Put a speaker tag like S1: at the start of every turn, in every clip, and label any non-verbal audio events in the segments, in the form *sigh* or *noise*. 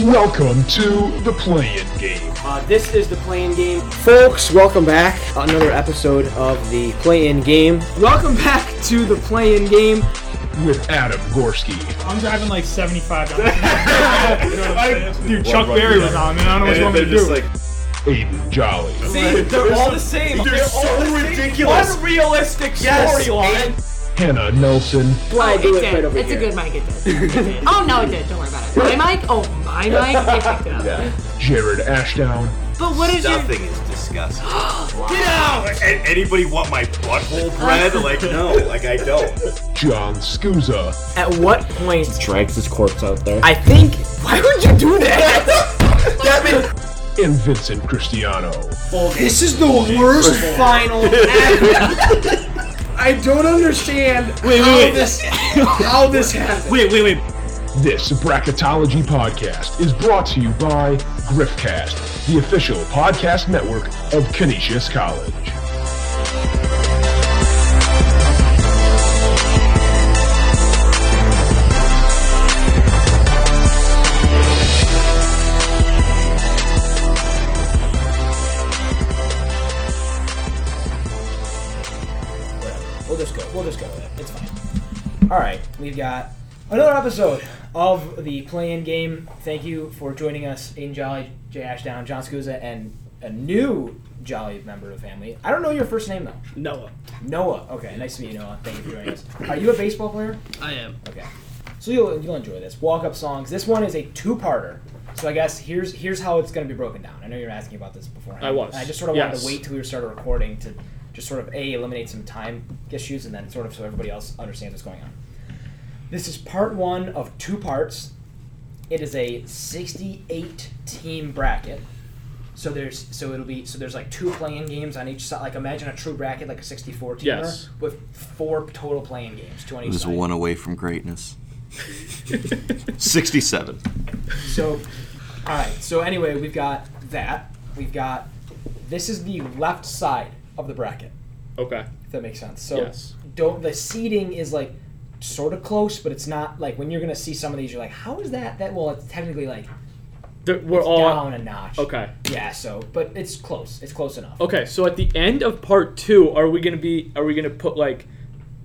S1: Welcome to the Playing Game.
S2: Uh, this is the play-in game, folks. Welcome back. Another episode of the play-in game. Welcome back to the play-in game.
S1: with Adam Gorski.
S3: I'm driving like 75
S2: *laughs*
S3: dollars.
S4: *laughs*
S3: Dude, Chuck
S5: run
S3: Berry
S5: the
S3: was on, man. I don't know what
S5: And
S3: you want me
S5: they're
S3: to
S5: just
S3: do.
S5: like,
S1: Aiden Jolly.
S2: See, they're all the same.
S5: they're so ridiculous.
S2: Unrealistic
S5: Yes.
S2: storyline.
S1: Hannah Nelson.
S2: Why
S6: it did. It's a good mic. It did. It did. oh no, it did. Don't worry about it. My mic. Oh my mic. It picked it up.
S5: Yeah.
S1: Jared Ashdown.
S6: But what is your?
S5: Stuffing is disgusting. Get out! And anybody want my butthole bread? Like, no, like I don't.
S1: John Scusa.
S2: At what point?
S7: drags his corpse out there.
S2: I think. Why would you do *laughs* that? that means
S1: And Vincent Cristiano.
S2: this is the worst *laughs* final. ever. I don't understand how
S3: wait.
S2: this how this happened.
S3: Wait, wait, wait.
S1: This bracketology podcast is brought to you by Griffcast, the official podcast network of Canisius College.
S2: We'll just go. We'll just go with it. It's fine. All right, we've got another episode of the play-in game. Thank you for joining us, Aiden Jolly, Jay Ashdown, John Scusa, and a new Jolly member of the family. I don't know your first name though.
S4: Noah.
S2: Noah. Okay, nice to meet you, Noah. Thank you for joining us. Are you a baseball player?
S4: I am.
S2: Okay. So you'll you'll enjoy this. Walk up songs. This one is a two parter. So I guess here's here's how it's going to be broken down. I know you were asking about this before.
S4: I was,
S2: I just sort of wanted
S4: yes.
S2: to wait till we started recording to just sort of a eliminate some time issues and then sort of so everybody else understands what's going on. This is part one of two parts. It is a 68 team bracket. So there's so it'll be so there's like two playing games on each side. Like imagine a true bracket like a 64 teamer
S4: Yes.
S2: with four total playing games, two on each
S8: was
S2: side.
S8: one away from greatness. 67.
S2: So, all right. So anyway, we've got that. We've got this is the left side of the bracket.
S4: Okay.
S2: If that makes sense. So
S4: Yes.
S2: don't the seeding is like sort of close, but it's not like when you're gonna see some of these, you're like, how is that? That well, it's technically like
S4: There- we're
S2: it's
S4: all
S2: down a notch.
S4: okay.
S2: Yeah. So, but it's close. It's close enough.
S4: Okay. So at the end of part two, are we gonna be? Are we gonna put like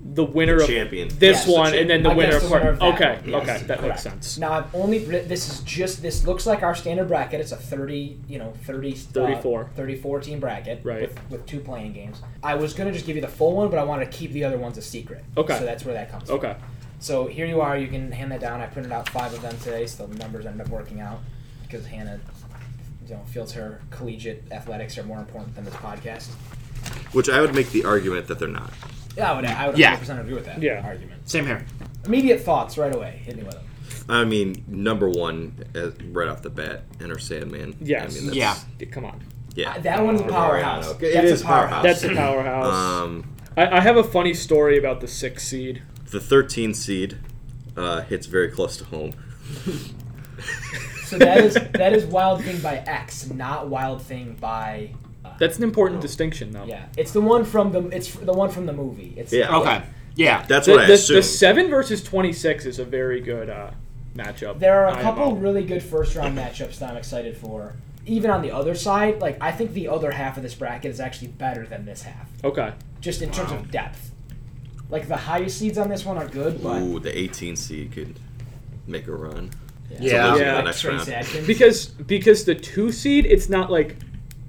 S4: the winner of
S5: champion.
S4: this
S2: Yes, the
S4: one and then the
S2: I guess
S4: winner
S2: the
S4: of part?
S2: winner of that
S4: okay.
S2: one. Yes,
S4: okay. That
S2: correct.
S4: makes sense.
S2: Now I've only writ- this is just this looks like our standard bracket. It's a thirty, you know, thirty, uh,
S4: 34.
S2: 34 team bracket
S4: Right.
S2: with, with two playing games. I was gonna just give you the full one, but I wanted to keep the other ones a secret.
S4: Okay.
S2: So that's where that comes. from.
S4: Okay.
S2: So here you are. You can hand that down. I printed out five of them today, so the numbers ended up working out because Hannah, you know, feels her collegiate athletics are more important than this podcast.
S5: Which I would make the argument that they're not.
S2: Yeah, I would. I would
S5: Yeah.
S2: 100% agree with that
S4: Yeah.
S2: argument.
S5: Same here.
S2: Immediate thoughts right away. Hit me with them.
S5: I mean, number one, uh, right off the bat, Enter Sandman.
S4: Yes.
S5: I mean, that's,
S4: Come on.
S5: Yeah.
S2: That one's a
S5: Mariano.
S2: powerhouse.
S5: Oh, Okay, It
S2: That's a
S5: is a powerhouse.
S4: That's a
S2: *clears throat*
S4: powerhouse.
S5: Um,
S4: I, I have a funny story about the six seed.
S5: the 13 seed uh, hits very close to home.
S2: So that is that is Wild Thing by X, not Wild Thing by.
S4: That's an important distinction, though.
S2: Yeah, it's the one from the it's the one from the movie. It's
S5: Yeah.
S7: Yeah.
S5: That's
S4: The,
S5: what I
S4: the,
S5: assume.
S4: the seven versus twenty six is a very good uh, matchup.
S2: There are a
S4: IMO.
S2: couple really good first round matchups that I'm excited for. Even on the other side, like I think the other half of this bracket is actually better than this half,
S4: Okay.
S2: just in terms of depth. Like the highest seeds on this one are good, but
S5: Ooh, the 18 seed could make a run.
S7: Yeah.
S5: Losing
S4: Yeah.
S5: the
S2: like
S5: next
S2: Trace
S5: round.
S2: Adkins,
S4: Because because the two seed, it's not like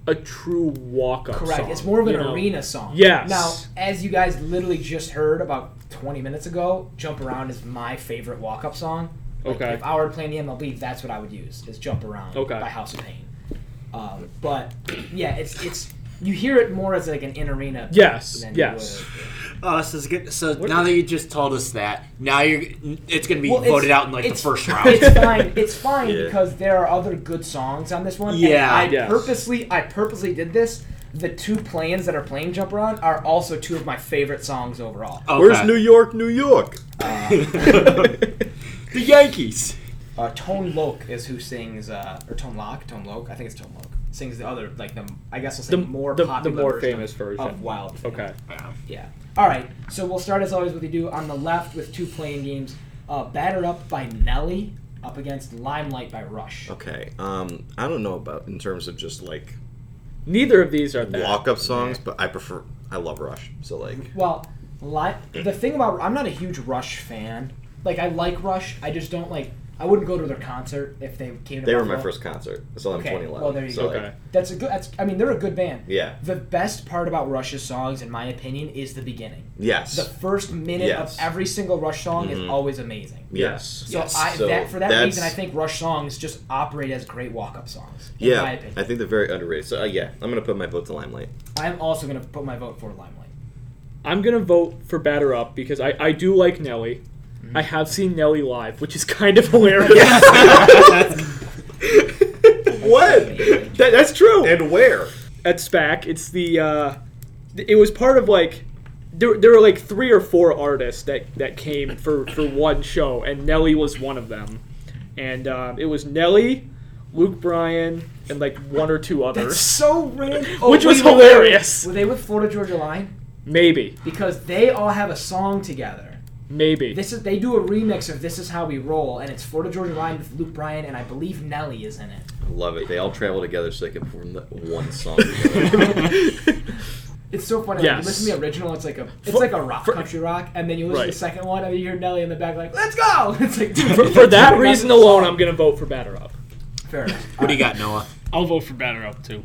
S4: a true walk up.
S2: correct, it's more of an arena song.
S4: Yes.
S2: Now, as you guys literally just heard about 20 minutes ago, "Jump Around" is my favorite walk up song. Like,
S4: Okay.
S2: If I were playing the MLB, that's what I would use is "Jump Around"
S4: Okay.
S2: by House of Pain. Um, but yeah, it's it's you hear it more as like an in arena.
S4: Yes,
S2: than
S4: yes.
S7: Oh, so, it's good. so now that you just told us that, now you're it's gonna be
S2: You would. Well,
S7: voted
S2: it's-
S7: out in like the
S2: it's- *laughs*
S7: first round.
S2: It's fine. It's fine
S5: Yeah.
S2: because there are other good songs on this one. and
S7: Yeah,
S2: I
S4: yes.
S2: purposely I purposely did this. The two plans that are playing "Jump Around" are also two of my favorite songs overall.
S7: Okay.
S5: Where's New York, New York?
S7: the Yankees?
S2: Uh, Tone Loc is who sings, uh, or Tone Loc, Tone Loc. I think it's Tone Loc. Sings the other, like the, I guess I'll say
S4: The-
S2: more
S4: the- the
S2: popular,
S4: more
S2: version
S4: famous version.
S2: of Wild.
S4: Okay.
S2: Yeah. All right. So we'll start as always with you do on the left with two playing games. Uh, battered up by Nelly, up against Limelight by Rush.
S5: Okay. Um, I don't know about in terms of just like
S4: Neither of these are that.
S5: walk up songs, but I prefer. I love Rush. So
S2: *laughs*
S5: like,
S2: Well, li- the thing about I'm not a huge Rush fan. Like I like Rush, I just don't like. I wouldn't go to their concert if they came. to
S5: they were my
S2: Buffalo.
S5: first concert. I saw them
S2: Okay,
S5: in 2011.
S2: well, there you
S5: so,
S2: go.
S5: like,
S4: Okay.
S2: That's a good. That's. I mean, they're a good band.
S5: Yeah.
S2: The best part about Rush's songs, in my opinion, is the beginning.
S5: yes.
S2: The first minute
S5: Yes. Mm-hmm.
S2: of every single Rush song is always amazing.
S5: yes.
S2: So, I,
S5: So
S2: that, for that
S5: that's-
S2: reason, I think Rush songs just operate as great walk-up songs. In
S5: Yeah,
S2: my opinion.
S5: I think they're very underrated. So uh, yeah, I'm gonna put my vote to Limelight.
S2: I'm also gonna put my vote for Limelight.
S4: I'm gonna vote for Batter Up because I, I do like Nelly.
S2: Mm-hmm.
S4: I have seen Nelly live, which is kind of *laughs* hilarious. *laughs*
S5: what? That, that's true. And where?
S4: At SPAC, it's the uh, th- it was part of like there, there were like three or four artists that that came for for one show, and Nelly was one of them. And um, it was Nelly, Luke Bryan, and like one or two
S2: That's
S4: others,
S2: so
S5: *laughs*
S2: random. Oh,
S4: which was hilarious.
S2: Were they with Florida Georgia Line?
S4: Maybe,
S2: Because they all have a song together.
S4: maybe.
S2: This is they do a remix of "This Is How We Roll," and it's Florida Georgia Line with Luke Bryan, and I believe Nelly is in it.
S5: I love it. They all travel together so they can perform that
S2: *laughs*
S5: one song. together.
S2: It's so funny. Like,
S4: Yes.
S2: you listen to the original, it's like a it's like a rock country rock, and then you listen to
S4: Right.
S2: the second one, and you hear Nelly in the back like, "Let's go!" *laughs* It's like dude,
S4: for,
S2: you're
S9: *laughs*
S4: for that
S2: doing
S4: reason
S2: nothing.
S4: alone, I'm gonna vote for Batter Up.
S2: Fair enough.
S7: What do you got, Noah?
S9: I'll vote for Batter Up too.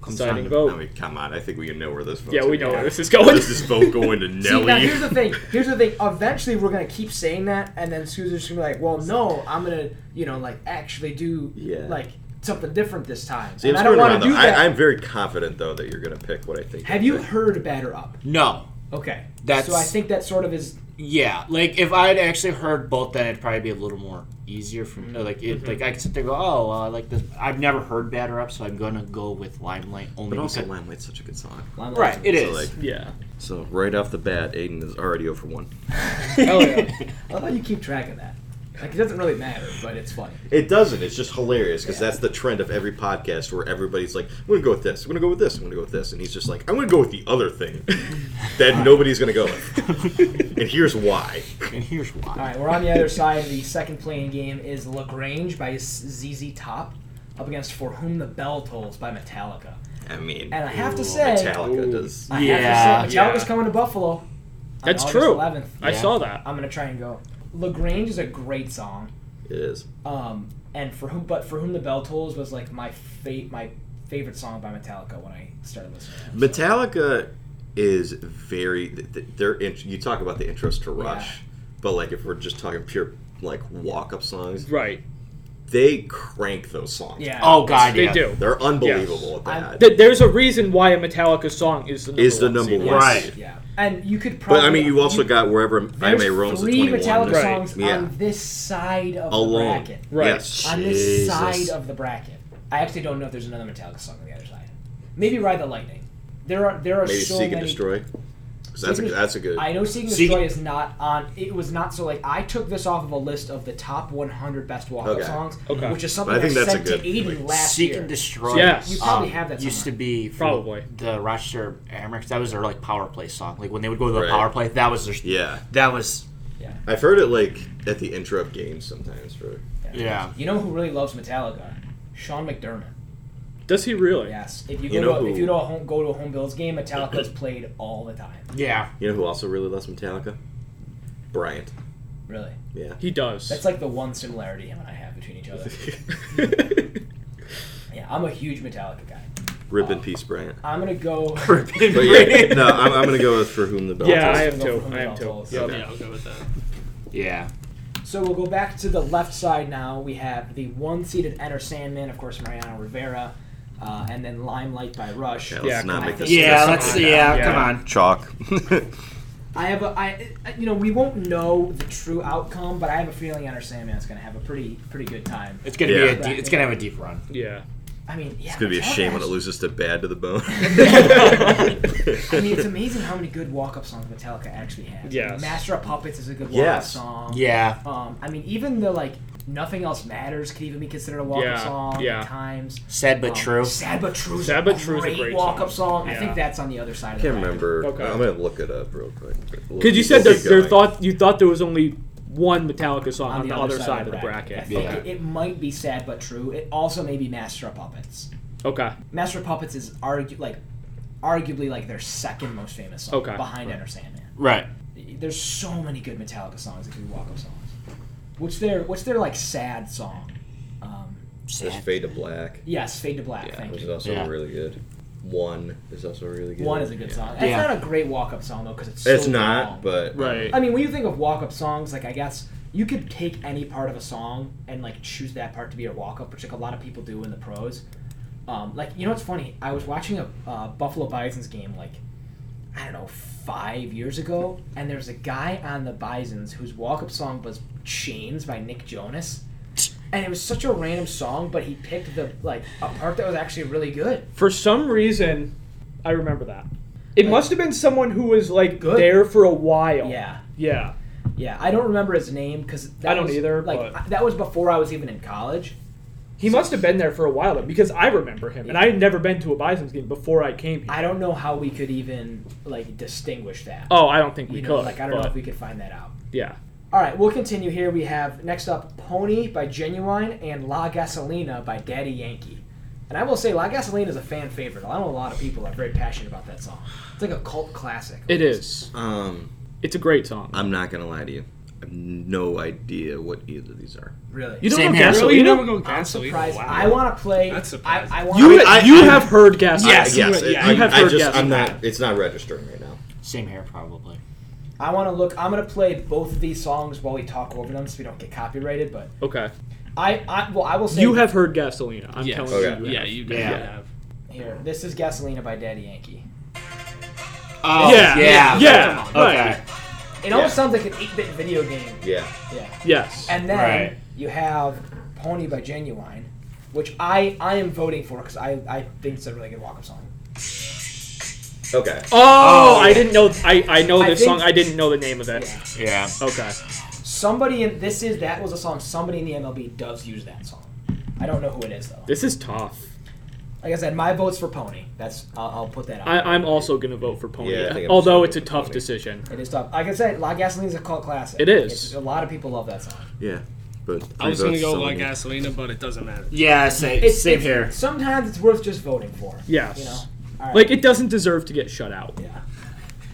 S5: Comes
S4: Exciting
S5: down to-
S4: vote.
S5: I mean, come on. I think we know where this. vote's
S4: Yeah, we know
S5: gonna go.
S4: where this is going.
S5: This vote going
S2: *laughs*
S5: to
S2: See, now
S5: Nelly.
S2: here's the thing. Here's the thing. Eventually, we're gonna keep saying that, and then Susan's just gonna be like, "Well, no, I'm gonna, you know, like actually do
S5: Yeah.
S2: like something different this time."
S5: See,
S2: and
S5: I'm
S2: I don't want
S5: screwing around,
S2: to do
S5: though.
S2: that.
S5: I, I'm very confident though that you're gonna pick what I think.
S2: Have
S5: I
S2: you
S5: pick.
S2: heard "Batter Up"?
S7: No.
S2: Okay.
S7: That's-
S2: so I think that sort of is.
S7: Yeah, like if I had actually heard both, then it'd probably be a little more easier for
S2: Mm-hmm.
S7: me. Like, it, like I could sit there and go, oh, uh, like this. I've never heard Batter Up, so I'm gonna go with Limelight only.
S5: But also,
S7: because-
S5: Limelight's such a good song.
S7: right, it
S5: So,
S7: is.
S4: *laughs*
S5: like,
S4: yeah.
S5: so right off the bat, Aiden is already over one.
S2: Oh yeah. *laughs* I love how you keep track of that. Like it doesn't really matter, but it's funny.
S5: It doesn't. It's just hilarious because
S2: Yeah.
S5: that's the trend of every podcast where everybody's like, "I'm gonna go with this. I'm gonna go with this. I'm gonna go with this," and he's just like, "I'm gonna go with the other thing
S2: *laughs*
S5: that nobody's gonna go with." and here's why.
S7: And *laughs* here's why.
S2: All right, we're on the other side. The second playing game is Lagrange by ZZ Top, up against For Whom the Bell Tolls by Metallica.
S5: I mean,
S2: And I have to
S5: ooh,
S2: say-
S5: Metallica does.
S2: I
S7: Yeah,
S2: have to say, Metallica's
S4: yeah.
S2: coming to Buffalo. on
S4: That's
S2: August
S4: true.
S2: 11th.
S4: I
S7: Yeah.
S4: saw that.
S2: I'm gonna try and go. Lagrange is a great song.
S5: It is.
S2: Um, and for whom, but for whom the bell tolls was like my fa- my favorite song by Metallica when I started listening. to them.
S5: Metallica is very. th- th- They're in, you talk about the intros to Rush, but like if we're just talking pure like walk-up songs,
S4: Right.
S5: they crank those songs.
S2: Yeah.
S7: Oh God,
S4: They
S7: yeah.
S4: do.
S5: they're unbelievable at
S2: I'm-
S5: that.
S4: Th- there's a reason why a Metallica song is the number
S5: Is the
S4: one
S5: number
S4: single.
S5: one. Right.
S2: Yeah, and you could probably.
S5: But I mean, you also got wherever I
S2: there's
S5: may roams the
S2: three
S5: twenty-one.
S2: Metallica
S4: Right.
S2: songs
S5: Yeah.
S2: on this side of the
S5: Alone.
S2: bracket.
S4: Right.
S5: Yes.
S2: On this side of the bracket, I actually don't know if there's another Metallica song on the other side. Maybe Ride the Lightning. There are there are
S5: Maybe
S2: so
S5: Seek
S2: many.
S5: and Destroy. 'Cause that's a,
S2: Seek and-
S5: that's a good.
S2: I know Seeking
S7: Seek-
S2: Destroy is not on. It was not so like I took this off of a list of the top 100 best walk-up
S5: Okay.
S2: songs,
S4: Okay.
S2: which is something
S5: But I think
S2: I
S5: that's a
S2: sent to
S5: good
S2: Aiden
S5: point.
S2: last
S7: Seek
S2: year.
S7: and Destroy. um,
S4: Yes.
S2: You probably have that
S7: Used to
S2: somewhere.
S7: be for
S4: Probably.
S7: the Rochester Amherst. That was their like power play song. Like when they would go to the
S5: Right.
S7: power play, that was their.
S5: yeah,
S7: That was.
S5: I've heard it like at the intro of games sometimes. For
S7: Yeah.
S2: you know who really loves Metallica? Sean McDermott.
S4: Does he really?
S2: Yes. If you go
S5: You know
S2: to a, if
S5: who-
S2: you go to a home, go to a home Bills game, Metallica's played all the time.
S7: Yeah.
S5: you know who also really loves Metallica? Bryant. *laughs*
S2: Really.
S5: Yeah.
S4: He does. *laughs*
S2: That's like the one similarity him and I have between each
S5: *laughs*
S2: other. yeah, I'm a huge Metallica guy.
S5: Rip
S7: Oh.
S5: in peace, Bryant.
S2: I'm gonna
S5: *laughs*
S2: go.
S5: But yeah, no, I'm, I'm gonna go with for whom the
S4: *laughs*
S5: bell.
S4: yeah, I
S5: Tolls.
S4: am
S2: Go
S4: too.
S2: for
S4: I am too.
S2: Metallica.
S4: Yep.
S9: Yeah, I'll go with that.
S7: Yeah.
S2: So we'll go back to the left side now. We have the one-seated Enter Sandman, of course, Mariano Rivera, uh, and then Limelight by Rush.
S5: Okay,
S4: Yeah,
S5: let's not
S4: come
S5: make
S2: on.
S5: this.
S7: Yeah.
S5: this
S7: Let's.
S5: one.
S7: Yeah.
S4: Yeah.
S7: Come on.
S5: Chalk. *laughs*
S2: I have a, I, I- you know, we won't know the true outcome, but I have a feeling Enter Sandman's gonna have a pretty, pretty good time.
S7: It's gonna
S5: Yeah.
S7: be. A deep, it's gonna have a deep run.
S4: Yeah.
S2: I mean, yeah,
S5: it's gonna be a
S2: Metallica
S5: shame when it
S2: has-
S5: loses to Bad to the
S4: *laughs*
S5: Bone.
S2: I mean,
S5: *laughs*
S2: it's amazing how many good walk-up songs Metallica actually has.
S4: Yes.
S2: Master of Puppets is a good walk-up
S5: Yes.
S2: song.
S7: Yeah.
S2: Um, I mean, even the like Nothing else matters could even be considered a walk-up
S4: Yeah,
S2: song.
S4: yeah.
S2: At times,
S7: Sad but
S2: Um,
S7: true.
S2: Sad but true. is
S4: Sad
S2: a
S4: But True's a
S2: great,
S4: great
S2: walk-up song. I
S4: Yeah.
S2: think that's on the other side.
S5: I
S2: of the
S5: can't
S2: bracket.
S5: remember.
S4: Okay.
S5: I'm gonna look it up real quick.
S4: Because you said
S5: We'll
S4: there,
S5: keep
S4: there
S5: going.
S4: thought you thought there was only one Metallica song on, the other side of the
S2: I
S4: bracket.
S2: think
S7: Yeah.
S2: it, it might be sad but true. It also may be Master of Puppets.
S4: Okay.
S2: Master of Puppets is argu- like arguably like their second most famous song
S4: Okay.
S2: behind Enter Sandman.
S7: Right.
S2: There's so many good Metallica songs that could be walk-up songs. What's their What's their like sad song? Um,
S5: There's Fade to Black.
S2: yes, Fade to Black.
S5: Yeah,
S2: thank
S5: which
S2: you.
S5: is also
S7: Yeah.
S5: really good. One is also really good.
S2: One is a good song. That's
S7: Yeah.
S2: not a great walk-up song though, because it's so
S5: It's not,
S2: long.
S5: but
S4: Right.
S2: I mean, when you think of walk-up songs, like I guess you could take any part of a song and like choose that part to be your walk-up, which like a lot of people do in the pros. Um, like you know, what's funny. I was watching a uh, Buffalo Bison's game like I don't know five years ago, and there's a guy on the Bison's whose walk-up song was "Chains" by Nick Jonas. And it was such a random song, but he picked the like a part that was actually really good.
S4: For some reason, I remember that. It must have been someone who was like
S2: Good.
S4: there for a while.
S2: Yeah,
S4: Yeah.
S2: yeah. I don't remember his name because
S4: I don't either,
S2: Like
S4: but-
S2: I- that was before I was even in college.
S4: He must have been there for a while though, because I remember him, and I had never been to a Bison's game before I came here.
S2: I don't know how we could even like distinguish that.
S4: oh, I don't think we
S2: you know,
S4: could.
S2: like I don't know
S4: but-
S2: if we could find that out.
S4: Yeah.
S2: All right, we'll continue here. We have next up Pony by Genuine and La Gasolina by Daddy Yankee. And I will say La Gasolina is a fan favorite. I know a lot of people are very passionate about that song. It's like a cult classic.
S4: It is.
S5: um,
S4: It's a great song.
S5: I'm not gonna lie to you. I have no idea what either of these are.
S2: really.
S4: You don't
S7: Same
S4: know
S7: here.
S4: Gasolina?
S3: Really? You never go
S2: I'm
S3: cancel either.
S2: surprised.
S3: Wow.
S2: I want to play.
S3: That's
S2: I,
S3: surprising.
S2: I want.
S4: You,
S5: I-
S4: you
S5: I-
S4: have heard Gasolina.
S7: Yes.
S5: yes, it,
S4: yeah,
S5: I,
S4: you have
S5: I
S4: heard
S5: just
S4: yes
S5: I'm
S4: on
S5: not. It's not registering right now.
S7: Same hair, probably.
S2: I want to look. I'm gonna play both of these songs while we talk over them, so we don't get copyrighted. But
S4: Okay.
S2: I, I well, I will say
S4: You have heard Gasolina. I'm
S3: Yes.
S4: telling
S5: Okay.
S4: you. you
S3: Yeah,
S4: have.
S3: you
S7: Yeah.
S3: definitely have.
S2: here. This is Gasolina by Daddy Yankee.
S7: Oh,
S4: Yeah.
S7: Yeah.
S4: Yeah,
S7: Okay.
S2: It almost sounds like an 8-bit video game.
S5: Yeah.
S2: Yeah.
S4: Yes.
S2: And then
S7: Right.
S2: you have Pony by Genuine, which I, I am voting for because I, I think it's a really good walk-up song.
S5: Okay.
S4: Oh,
S7: Oh,
S4: I
S7: yeah.
S4: didn't know. I, I know
S2: I
S4: this
S2: think-
S4: song. I didn't know the name of it.
S2: Yeah.
S7: Yeah.
S4: Okay.
S2: Somebody in this is that was a song somebody in the MLB does use that song. I don't know who it is though.
S4: This is tough.
S2: Like I said, my vote's for Pony. That's I'll, I'll put that out.
S4: I, I'm also gonna vote for Pony,
S5: Yeah, I think I'm
S4: although
S5: also
S4: it's a
S5: voting for
S4: tough
S5: Pony.
S4: decision.
S2: it is tough. Like I said, La Gasolina is a cult classic.
S4: It is.
S2: It's- a lot of people love that song.
S5: Yeah. But
S3: I was gonna go like Gasolina, but it doesn't matter.
S7: Yeah. Same. same
S2: it's, *laughs*
S7: hair.
S2: Sometimes it's worth just voting for.
S4: Yes.
S2: You know. All right.
S4: Like it doesn't deserve to get shut out.
S2: Yeah.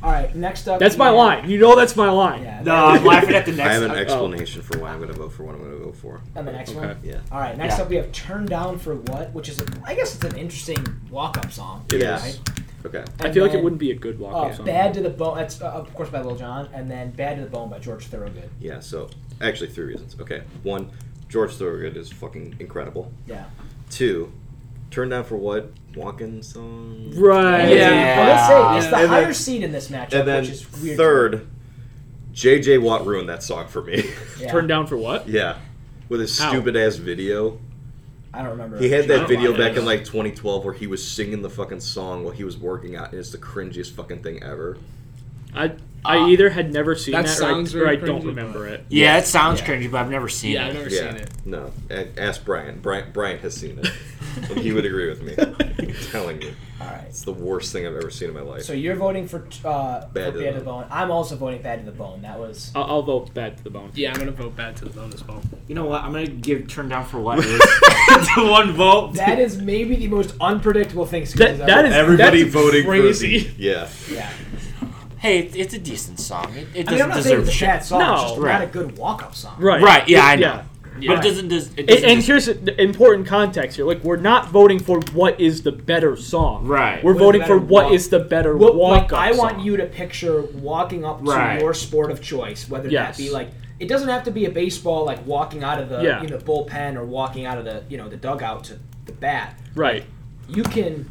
S2: All right. Next up.
S4: That's
S2: we
S4: my
S2: have-
S4: line. You know that's my line.
S2: Yeah.
S7: No, Uh, I'm laughing at the next.
S5: I have an
S7: one.
S5: explanation for why I'm gonna vote for what I'm gonna vote for.
S2: On the next
S4: Okay.
S2: one.
S5: Yeah.
S2: All right. Next
S7: Yeah.
S2: up, we have "Turn Down for What," which is, a, I guess, it's an interesting walk-up song.
S5: It is.
S2: Right?
S5: Okay.
S4: I feel like it
S2: And
S4: wouldn't be a good
S2: then,
S4: walk-up
S3: Oh,
S2: uh,
S4: song.
S2: "Bad to the Bone." That's uh, of course by Lil Jon, and then "Bad to the Bone" by George Thorogood.
S5: Yeah. So actually, three reasons. Okay. One, George Thorogood is fucking incredible.
S2: Yeah.
S5: Two, turn down for what? Walking song.
S4: Right.
S7: Yeah.
S2: And let's say it's the
S5: And
S2: higher
S5: then-
S2: seed in this matchup,
S5: And then
S2: which is weird.
S5: third, JJ Watt ruined that song for me. *laughs*
S2: Yeah.
S4: Turned down for what?
S5: yeah. With his
S4: How?
S5: stupid ass video.
S2: I don't remember.
S5: He had
S2: I
S5: that
S2: don't
S5: video
S2: know.
S5: back in like 2012 where he was singing the fucking song while he was working out, and it's the cringiest fucking thing ever.
S4: I I either had never seen
S3: That
S4: that, or I-
S3: sounds
S4: or I,
S3: very
S4: don't
S3: cringy,
S4: remember it.
S7: Yeah, it sounds cringy, but I've never seen
S3: Yeah,
S7: it.
S3: I've never
S5: yeah.
S3: seen it.
S5: No. A- Ask Brian. Brian. Brian has seen it. and he would agree with me. I'm telling you.
S2: All right.
S5: It's the worst thing I've ever seen in my life.
S2: So you're voting for uh, for
S5: Bad to the
S2: Bad to the Bone. I'm also voting Bad to the Bone. That was.
S4: I'll, I'll vote bad to the bone.
S3: Yeah, I'm gonna vote bad to the bone as well.
S7: You know what? I'm gonna give turn down for what? to one vote.
S2: That is maybe the most unpredictable thing.
S4: That, that is
S5: Everybody
S4: that's
S5: voting
S4: crazy.
S5: for the, Yeah.
S2: Yeah.
S7: *laughs* Hey, it, it's a decent song. It, it
S2: I mean, I'm
S7: doesn't
S2: not saying
S7: deserve
S2: it's a
S7: shit.
S2: bad song. it's
S4: No.
S2: just not
S7: Right.
S2: a good walk-up song.
S4: *laughs* Right.
S7: Right? Yeah, I know.
S4: Yeah.
S7: But it doesn't. Des- it
S4: And,
S7: doesn't
S4: and
S7: des-
S4: here's the important context here. Like, we're not voting for what is the better song.
S7: Right.
S4: We're
S2: What is
S4: voting
S2: the
S4: for
S2: better
S4: what
S2: walk-
S4: is the better
S2: Well, like,
S4: walk up
S2: I want you to picture walking up
S7: Right.
S2: to your sport of choice, whether
S4: Yes.
S2: that be like it doesn't have to be a baseball, like walking out of the
S4: Yeah.
S2: you know bullpen or walking out of the you know the dugout to the bat.
S4: Right.
S2: You can.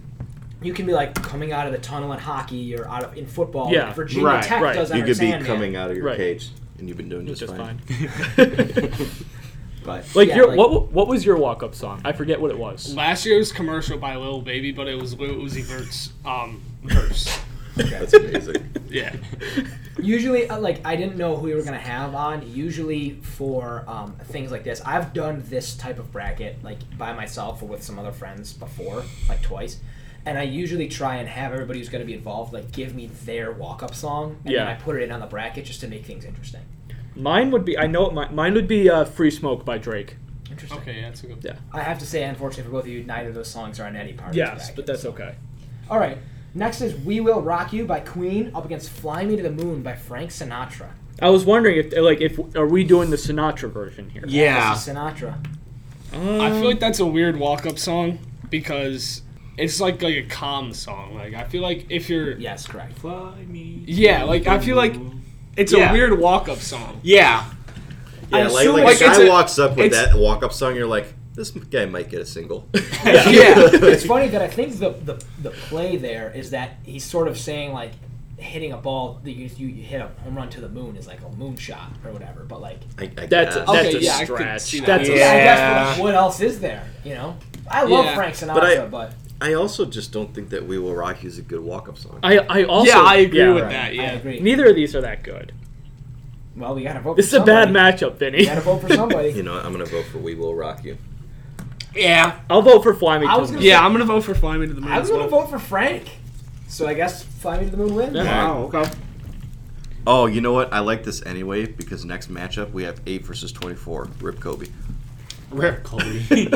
S2: You can be like coming out of the tunnel in hockey or out of in football.
S4: Yeah,
S2: like Virginia
S7: right,
S2: Tech
S4: right.
S2: does
S5: You
S2: Enter
S5: could be
S2: Sandman.
S5: coming out of your
S4: Right.
S5: cage, and you've been doing
S4: It's
S5: just,
S4: just
S5: fine.
S4: fine.
S2: But,
S4: Like,
S2: yeah,
S4: your what what was your walk up song? I forget what it was.
S3: *laughs* Last year was commercial by Lil Baby, but it was Lil Uzi Vert's um, verse.
S5: That's amazing.
S7: Yeah.
S2: Usually, uh, like I didn't know who we were gonna have on. Usually for um, things like this, I've done this type of bracket like by myself or with some other friends before, like twice. And I usually try and have everybody who's gonna be involved like give me their walk-up song, and
S4: Yeah.
S2: then I put it in on the bracket just to make things interesting.
S4: Mine would be. I know. What my, mine would be uh, "Free Smoke" by Drake.
S2: Interesting.
S3: Okay, yeah, that's a good.
S4: Yeah.
S2: I have to say, unfortunately for both of you, neither of those songs are on any part. of this
S4: Yes,
S2: bracket.
S4: but that's okay.
S2: all right. Next is "We Will Rock You" by Queen up against "Fly Me to the Moon" by Frank Sinatra.
S4: I was wondering if, like, if are we doing the Sinatra version here?
S7: Yeah.
S2: This is Sinatra.
S3: I feel like that's a weird walk-up song because it's like like a calm song. Like I feel like if you're
S2: Yes, correct.
S7: Fly me.
S3: yeah, like I feel like it's
S7: Yeah.
S3: a weird walk-up song.
S7: Yeah.
S5: Yeah, like,
S2: assume
S5: like,
S3: like
S5: a
S3: it's
S5: guy
S3: a-
S5: walks up with
S3: it's-
S5: that walk up song, you're like, this guy might get a single. *laughs*
S7: Yeah.
S2: it's funny that I think the, the the play there is that he's sort of saying like hitting a ball that you, you, you hit a home run to the moon is like a moon shot or whatever. But like,
S5: I, I
S4: That's
S5: guess.
S4: that's a
S3: Okay, yeah, I could see
S4: stretch.
S3: that.
S4: That's a
S2: I
S7: Yeah.
S2: guess what, what else is there? You know, I love
S3: Yeah.
S2: Frank Sinatra,
S5: But
S2: but,
S5: I-
S2: but
S5: I also just don't think that "We Will Rock You" is a good walk up song.
S4: I, I also
S3: yeah, I agree
S4: yeah,
S3: with
S4: right.
S3: that.
S2: I
S3: Yeah.
S2: agree.
S4: Neither of these are that good.
S2: well, we gotta vote.
S4: This is
S2: for
S4: a bad
S2: somebody.
S4: matchup, Vinny.
S2: We gotta vote for somebody.
S4: *laughs*
S5: you know, I'm gonna vote for "We Will Rock You."
S7: Yeah.
S4: I'll vote for Fly Me
S2: I
S4: to
S2: was
S4: the
S2: gonna-
S3: Yeah, I'm gonna vote for "Fly Me to the Moon."
S2: I was
S3: as
S2: gonna
S3: well.
S2: vote for Frank, so I guess Fly Me to the Moon wins.
S4: Yeah.
S7: Wow. Okay.
S5: Oh, you know what? I like this anyway because next matchup we have eight versus twenty-four. Rip Kobe.
S7: Rare Cody.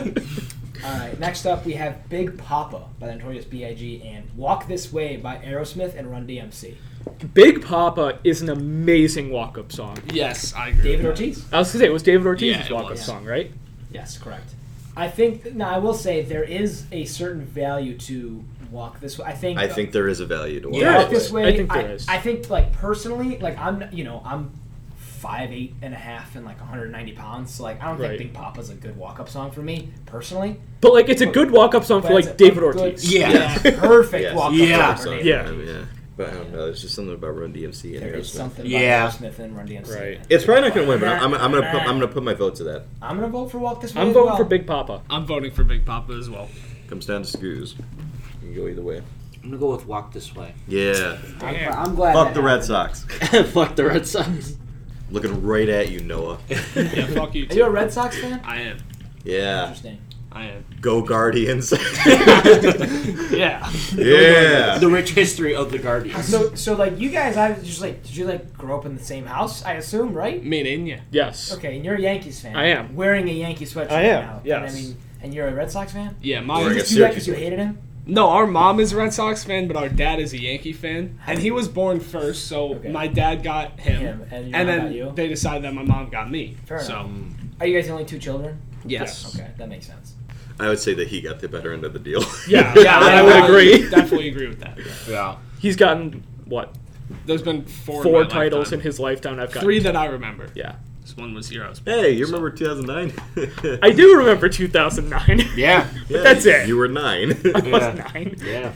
S2: All right. Next up, we have Big Papa by the Notorious B.I.G. and Walk This Way by Aerosmith and Run DMC.
S4: Moon. Big Papa is an amazing walk-up song.
S3: Yes, I agree.
S2: David
S3: with that.
S2: Ortiz.
S4: I was gonna say it was David Ortiz's
S3: Yeah, it
S4: walk-up
S3: was.
S4: song, right?
S2: Yes, correct. I think now I will say there is a certain value to walk this way. I think
S5: I think there is a value to walk
S2: walk
S4: Yeah.
S2: this
S5: this way.
S2: way.
S4: I think there is.
S2: I think like personally, like I'm you know I'm five eight and a half and like 190 pounds. So like I don't
S4: Right.
S2: think Big Papa's a good walk up song for me personally.
S4: But like, it's a good walk-up song
S2: But
S4: for
S2: it's
S4: like
S2: a-
S4: David
S2: a good-
S4: Ortiz.
S2: *laughs*
S7: Yeah.
S2: perfect
S5: Yes.
S2: walk up
S7: Yeah.
S2: song. for David.
S4: Yeah.
S5: I mean, yeah. But I don't know. There's just something about Run DMC and
S2: There is
S5: Aerosmith.
S2: something
S7: Yeah.
S2: about Aerosmith and Run DMC.
S4: Right.
S5: It's probably not gonna win, but I'm, I'm gonna put, I'm gonna put my vote to that.
S2: I'm gonna vote for Walk This Way.
S4: I'm
S2: as
S4: voting
S2: well.
S4: for Big Papa.
S3: I'm voting for Big Papa as well.
S5: Comes down to screws. You can go either way.
S7: I'm gonna go with Walk This Way.
S5: Yeah.
S2: I'm,
S3: Damn.
S2: I'm glad.
S5: Fuck
S2: that
S5: the Red
S2: happened.
S5: Sox.
S7: *laughs* Fuck the Red Sox.
S5: Looking right at you, Noah.
S3: Yeah, fuck you.
S2: Are you a
S3: Too.
S2: Red Sox
S5: *laughs*
S2: fan?
S3: I am.
S5: Yeah.
S2: Interesting.
S3: I am.
S5: Go Guardians. *laughs*
S3: Yeah.
S5: yeah.
S7: The rich history of the Guardians.
S2: So, so like you guys, I was just like, did you like grow up in the same house? I assume, right?
S3: Me and Inya.
S4: Yes.
S2: Okay, and you're a Yankees fan.
S4: I am.
S2: wearing a Yankee sweatshirt.
S4: I am,
S2: Now, And
S4: yes.
S2: I mean, and you're a Red Sox fan.
S3: Yeah,
S5: Or I
S3: my
S5: guess-
S2: Did you do that
S5: Syracuse
S2: because you
S5: fan.
S2: hated him?
S3: no. Our mom is a Red Sox fan, but our dad is a Yankee fan, and he was born first, so
S2: Okay.
S3: my dad got him,
S2: Him, and your mom
S3: and then
S2: got you?
S3: they decided that my mom got me.
S2: Fair
S3: so
S2: enough. Are you guys the only two children?
S3: yes,
S2: Okay, that makes sense.
S5: I would say that he got the better end of the deal.
S4: *laughs* Yeah.
S3: yeah,
S4: I would agree.
S3: Definitely agree with that.
S7: Yeah.
S4: He's gotten what
S3: There's been four, in
S4: four
S3: my
S4: titles
S3: lifetime.
S4: in his lifetime. I've gotten
S3: three that I remember.
S4: Yeah.
S3: This one was heroes.
S5: *laughs* hey, you remember 2009?
S4: I do remember 2009.
S7: *laughs* Yeah.
S5: Yeah,
S4: that's
S5: you-
S4: it.
S5: You
S2: *laughs*
S5: were nine.
S4: I was
S7: Yeah.
S4: *laughs* nine.
S7: Yeah.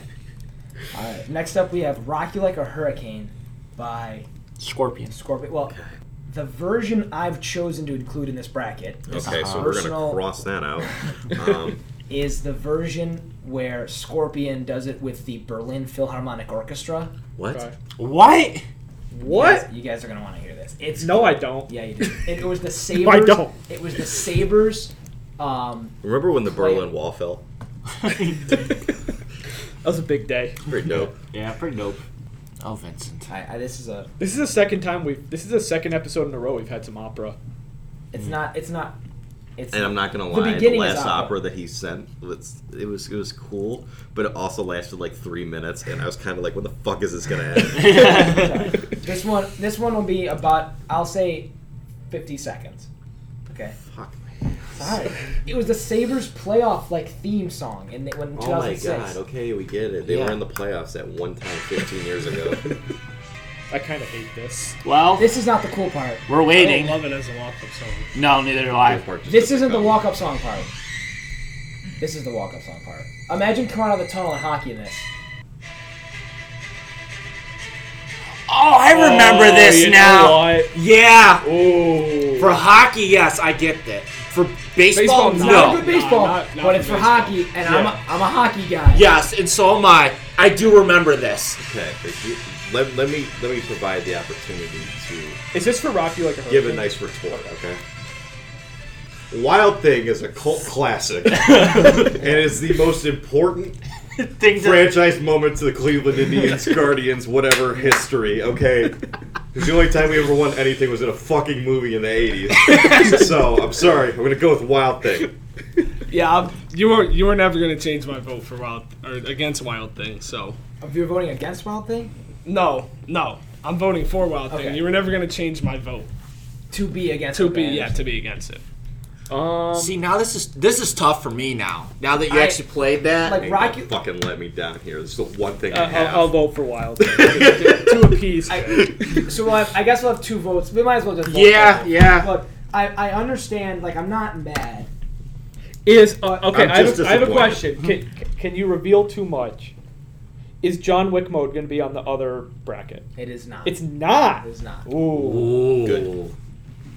S2: All right. Next up, we have "Rock You Like a Hurricane" by
S7: Scorpions.
S2: Scorpion. Well, the version I've chosen to include in this bracket
S5: *laughs* okay, so we're
S2: Personal-
S5: gonna cross that
S2: *laughs*
S5: out. Um,
S2: is the version where Scorpion does it with the Berlin Philharmonic Orchestra.
S5: what?
S7: What?
S2: You
S4: What?
S2: guys, you guys are gonna want to hear this. It's
S4: No, I don't.
S2: Yeah, you do. It, it was the Sabers.
S4: I don't. *laughs*
S2: It was the Sabers. Um,
S5: Remember when the Berlin Wall fell?
S4: That was a big day.
S5: Pretty dope.
S7: yeah, pretty dope. Oh, *laughs* Vincent.
S2: I, I, this is a.
S4: This is the second time we've. This is the second episode in a row we've had some opera.
S2: It's not. It's not. It's.
S5: Mm. And I'm not gonna
S2: The
S5: lie, the,
S2: beginning is
S5: last
S2: opera.
S5: opera. that he sent, was, it was it was cool, but it also lasted like three minutes, and I was kind of like, when the fuck is this
S2: *laughs*
S5: gonna end?
S2: This one. This one will be about. I'll say, fifty seconds. Okay.
S5: fuck.
S2: Sorry. it was the Sabers playoff like theme song, and they went in
S5: Oh my
S2: 2006.
S5: god. Okay, we get it. They
S7: Yeah.
S5: were in the playoffs at one time 15
S2: *laughs*
S5: years ago.
S4: I kind of hate this.
S7: Well,
S2: This is not the cool part.
S7: we're
S3: I don't
S7: waiting.
S3: love it as a walk-up song.
S7: No, neither do I.
S2: This isn't the walk-up song part. This is the walk-up song part. Imagine coming out of the tunnel in hockey in this.
S7: Oh, I remember this now. Yeah.
S4: Oh.
S7: For hockey, yes, I get that. For
S5: Oh,
S7: baseball,
S2: not
S3: Baseball,
S7: no.
S2: a good baseball,
S3: Not- not-
S2: but
S3: not for
S2: it's for
S3: baseball.
S2: hockey, and I'm, a, I'm a hockey guy.
S7: Yes, and so am I. I do remember this.
S5: Okay, but you- let, let me let me provide the opportunity to
S4: Is this for Rocky like a
S5: give a
S4: hurricane?
S5: nice retort. Okay. Wild Thing is a cult
S4: *laughs*
S5: classic, and is the most important
S7: Things
S5: franchise moment to the Cleveland Indians,
S4: *laughs*
S5: Guardians, whatever history. Okay, because the only time we ever won anything was in a fucking movie in the '80s.
S4: *laughs*
S5: so I'm sorry, I'm gonna go with Wild Thing.
S3: Yeah, I'm- you were you were never gonna change my vote for Wild or against Wild Thing. So
S2: If you're voting against Wild Thing,
S3: no, no, I'm voting for Wild Thing.
S2: Okay.
S3: You were never gonna change my vote
S2: to be against
S3: to
S2: it,
S3: be
S2: man.
S3: yeah to be against it.
S4: Um,
S7: See, now this is this is tough for me now. Now that you
S2: I-
S7: actually played that,
S2: Like Rocky,
S5: Don't fucking let me down here. This is the one thing I
S4: uh,
S5: have.
S4: I'll, I'll vote for *laughs* Wild. Two apiece.
S2: *laughs* so we'll have, I guess we'll have two votes. We might as well just. Vote
S7: Yeah,
S2: for it.
S7: yeah.
S2: Look, I, I understand. Like I'm not mad.
S4: Is uh, okay.
S5: I'm
S4: I have,
S5: just
S4: a, I have a
S5: disappointed.
S4: question. Can, can you reveal too much? Is John Wick mode going to be on the other bracket?
S2: It is not.
S4: It's not.
S2: It is not.
S4: Ooh.
S7: Ooh.
S5: Good.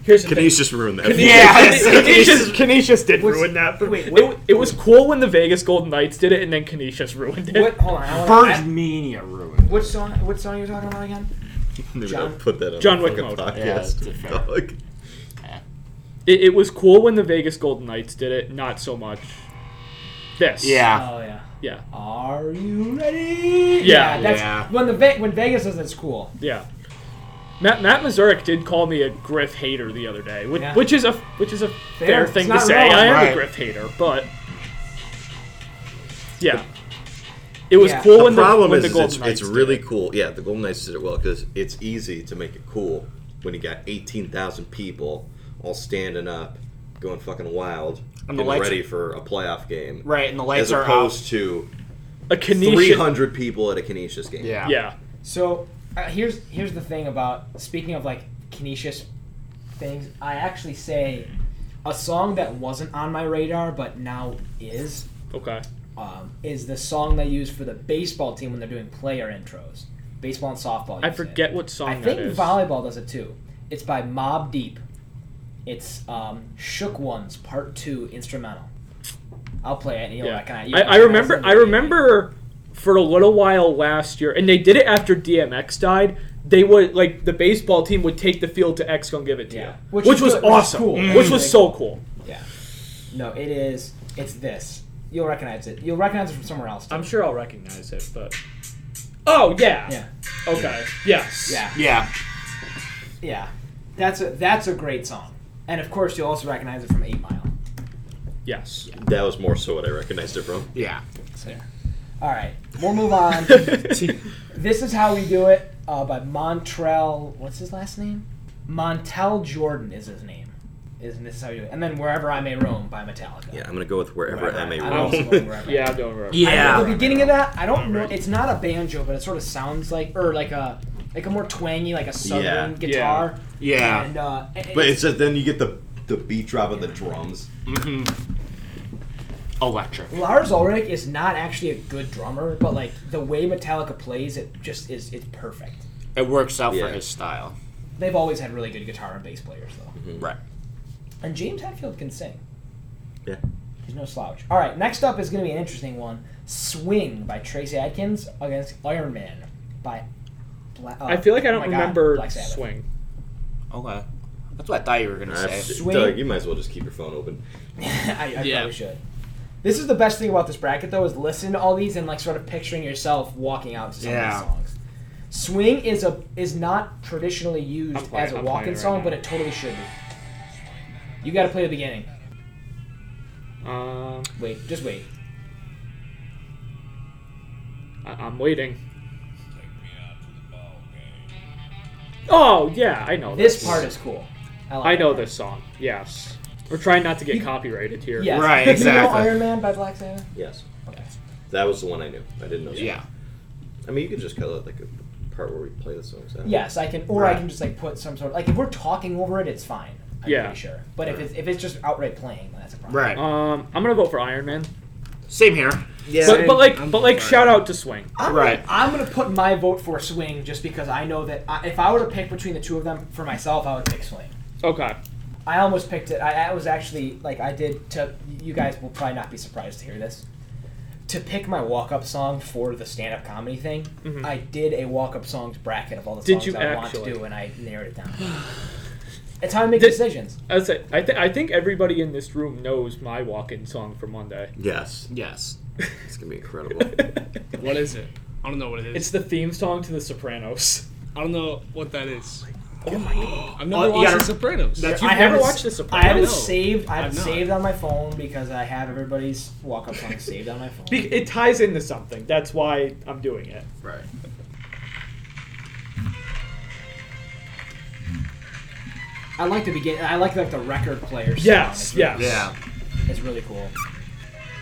S4: Here's the
S5: *laughs*
S4: thing.
S5: Canisius just ruined that.
S4: *laughs*
S7: Yeah,
S4: Canisius, Canisius did
S2: What's-
S4: ruin that for me.
S2: wait, what-
S4: It, it was cool when the Vegas Golden Knights did it, and then Canisius ruined it.
S2: What? Hold on. I wanna, I,
S7: Birdmania ruined.
S2: which song? What song are you talking about again?
S5: Maybe
S2: John-
S5: I'll put that on
S4: John
S5: the
S4: Wick
S5: fucking
S4: mode.
S7: Yeah, that's
S5: podcast.
S7: fair.
S5: Dog.
S4: It, it was cool when the Vegas Golden Knights did it. Not so much. This.
S7: Yeah.
S2: Oh yeah.
S4: Yeah.
S2: Are you ready?
S4: Yeah.
S2: that's
S7: Yeah.
S2: when the Ve- when Vegas says it's cool.
S4: Yeah. Matt, Matt Mazurek did call me a Griff hater the other day, which,
S2: Yeah.
S4: which is a which is a fair,
S2: It's
S4: thing to
S2: not
S4: say.
S2: wrong,
S4: I am a
S7: right.
S4: Griff hater, but yeah, it was
S2: Yeah.
S4: cool
S5: The
S4: when the
S5: problem
S4: when
S5: is,
S4: the
S5: is
S4: Golden
S5: it's,
S4: Knights
S5: it's
S4: did
S5: really
S4: it.
S5: cool. Yeah, the Golden Knights did it well because it's easy to make it cool when you got 18,000 people all standing up, going fucking wild,
S7: And the
S5: getting
S7: lights-
S5: ready for a playoff game.
S7: Right, and the lights
S5: As
S7: are
S5: opposed to
S4: a Canisius.
S5: 300 people at a Canisius game.
S7: out. Yeah.
S4: Yeah,
S2: So uh, here's here's the thing about speaking of like Canisius things. I actually say a song that wasn't on my radar but now is
S4: okay.
S2: um, is the song they use for the baseball team when they're doing player intros. Baseball and softball.
S4: I
S2: use it.
S4: forget what song
S2: I
S4: that
S2: think
S4: is.
S2: volleyball does it too. It's by Mob Deep. It's um, Shook Ones Part Two instrumental. I'll play it. And you'll
S4: yeah,
S2: recognize.
S4: I, I remember. I remember for a little while last year, and they did it after DMX died. They would like the baseball team would take the field to X and give it to
S2: Yeah.
S4: you,
S2: Which
S4: which,
S2: is
S4: was
S2: good, which is
S4: awesome,
S2: cool.
S4: which was so cool.
S2: Yeah. No, it is. It's this. You'll recognize it. You'll recognize it from somewhere else. Too.
S4: I'm sure I'll recognize it, but oh yeah,
S2: Yeah.
S4: okay, yes,
S2: Yeah.
S7: Yeah.
S2: Yeah. That's a that's a great song. And of course, you'll also recognize it from Eight Mile. *laughs*
S4: yes.
S5: That was more so what I recognized it from.
S7: Yeah.
S2: All right, we'll move
S4: *laughs*
S2: on. this is how we do it uh, by Montrell. What's his last name? Montel Jordan is his name. Is this is how you do it? And then wherever I may roam by Metallica.
S5: Yeah, I'm going to go with wherever I may
S2: I'm also
S5: roam.
S2: going
S5: *laughs*
S2: wherever.
S4: yeah, I'm going right.
S2: The
S7: Yeah.
S2: beginning of that, I don't know. It's not a banjo, but it sort of sounds like, or like a, like a more twangy, like a southern
S5: Yeah.
S2: guitar.
S7: Yeah.
S2: And uh, it-
S5: But it's just, then you get the, the beat drop of the drums.
S7: Electric.
S2: Lars Ulrich is not actually a good drummer, but like the way Metallica plays, it just is. It's perfect.
S7: It works out
S5: Yeah.
S7: for his style.
S2: They've always had really good guitar and bass players, though.
S5: Mm-hmm.
S7: Right.
S2: And James Hetfield can sing.
S5: Yeah.
S2: He's no slouch. All right, next up is going to be an interesting one. Swing by Tracy Adkins against Iron Man by Bla- uh,
S4: I feel like I
S2: oh
S4: don't
S2: my God,
S4: remember
S2: Black Sabbath.
S4: swing.
S7: Okay. That's what I thought you were gonna
S5: I've-
S7: say.
S2: Swing.
S5: Doug, you might as well just keep your phone open.
S2: *laughs* I, I
S3: Yeah.
S2: probably should. This is the best thing about this bracket, though, is listen to all these and like sort of picturing yourself walking out to some
S7: Yeah.
S2: of these songs. Swing is a is not traditionally used
S7: I'm playing-
S2: as a
S7: I'm
S2: walking
S7: playing right
S2: song,
S7: now.
S2: but it totally should be. You got to play the beginning.
S4: Um,
S2: Wait, just wait.
S4: I- I'm waiting. Oh yeah, I know
S2: This
S4: this.
S2: part is cool. like
S4: I
S2: that
S4: know
S2: part.
S4: this song. Yes, we're trying not to get copyrighted here.
S2: Yes.
S7: Right,
S2: *laughs* You know
S7: exactly.
S2: Iron Man by Black Sabbath.
S5: Yes. That was the one I knew. I didn't know.
S7: Yeah.
S5: I mean, you could just call it like a part where we play the songs out.
S2: Yes, I can, or I
S7: Right.
S2: can just like put some sort of like if we're talking over it, it's fine. I'm
S4: Yeah.
S2: pretty sure. But if it's if it's just outright playing, then that's a problem.
S7: Right.
S4: Um, I'm gonna vote for Iron Man.
S7: Same here.
S5: Yeah.
S4: But, but like, but like, shout out to Swing.
S2: I'm
S7: Right.
S2: Gonna, I'm gonna put my vote for Swing just because I know that I, if I were to pick between the two of them for myself, I would pick Swing.
S4: Okay.
S2: I almost picked it. I, I was actually like I did. To you guys will probably not be surprised to hear this. To pick my walk-up song for the stand-up comedy thing, I did a walk-up songs bracket of all the
S4: Mm-hmm. Did
S2: songs
S4: you
S2: I want
S4: actually?
S2: to do, and I narrowed it down. it's how I make
S4: Did-
S2: decisions.
S4: That's it. I, th- I think everybody in this room knows my walk-in song for Monday.
S5: Yes,
S7: Yes.
S5: it's gonna be *laughs* incredible.
S3: What is it? I don't know what it is.
S4: It's the theme song to The Sopranos.
S3: I don't know what that is. Oh my god! I've never
S7: you
S3: watched
S7: gotta-
S3: The Sopranos.
S7: That's
S2: I
S4: You've
S2: haven't
S4: never
S2: s-
S4: watched The
S2: I haven't
S4: Sopranos?
S2: saved. I
S3: I've
S2: haven't
S3: not.
S2: saved on my phone because I have everybody's walk-up song saved on my phone.
S4: Be- it ties into something. That's why I'm doing it.
S7: right.
S2: I like the begin. I like like the record player. sound.
S4: Yes,
S2: It's really-
S4: yes.
S7: Yeah.
S2: it's really cool.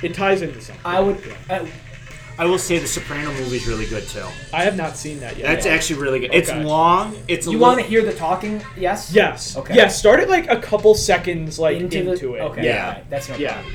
S4: It ties into something.
S2: I would. uh, I,
S7: I will say the Soprano movie's really good too.
S4: I have not seen that yet.
S7: That's actually really good. It's
S4: Okay.
S7: long. It's a
S2: you
S7: little,
S2: want to hear the talking? Yes.
S4: Yes.
S2: Okay.
S4: Okay. Yes. Start it like a couple seconds like into,
S2: the-
S4: it.
S2: Okay.
S7: Yeah.
S2: all right, That's no
S4: Yeah.
S2: problem.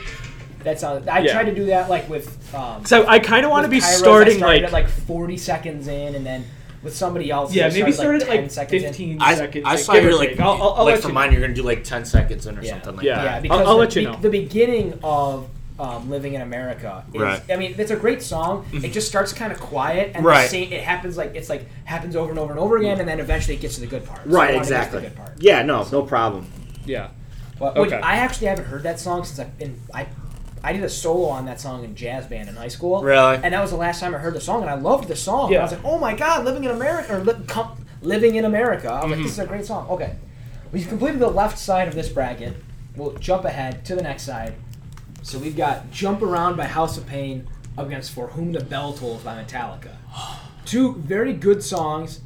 S2: That's not. I
S4: Yeah.
S2: tried to do that like with. Um,
S4: So I kind of want to
S2: with
S4: be
S2: Kairos, I
S4: starting
S2: started
S4: like,
S2: at, like 40 seconds in, and then with somebody else.
S4: yeah
S2: I
S4: maybe
S2: started,
S4: start at like
S2: 10 seconds in.
S4: 15
S7: I,
S4: seconds.
S7: I
S4: like,
S7: saw
S4: give
S7: you're
S4: or
S7: like,
S4: take. I'll, I'll, I'll
S7: like
S4: let
S7: for
S4: you
S7: mine,
S4: know.
S7: you're gonna do like ten seconds in or
S2: Yeah.
S7: something like
S4: Yeah.
S7: that.
S2: Yeah,
S4: I'll-
S2: because
S4: I'll
S2: the,
S4: let you
S2: be-
S4: know.
S2: the beginning of um, Living in America is,
S7: Right.
S2: I mean, it's a great song.
S4: Mm-hmm.
S2: It just starts kind of quiet, and the
S7: Right.
S2: same- it happens like it's like happens over and over and over again, and then eventually it gets to the good part. So I
S7: Right,
S2: wanna get to
S7: exactly.
S2: The good part.
S7: Yeah, no, no problem.
S4: Yeah.
S2: But which
S4: Okay.
S2: I actually haven't heard that song since I've been, I I did a solo on that song in jazz band in high school.
S7: Really?
S2: And that was the last time I heard the song, and I loved the song. And I was
S4: Yeah.
S2: like, oh my god, living in America or li- com- living in America. I was
S4: Mm-hmm.
S2: like, this is a great song. Okay, we've completed the left side of this bracket. We'll jump ahead to the next side. So we've got "Jump Around" by House of Pain against "For Whom the Bell Tolls" by
S4: *sighs*
S2: Metallica. Two very good songs.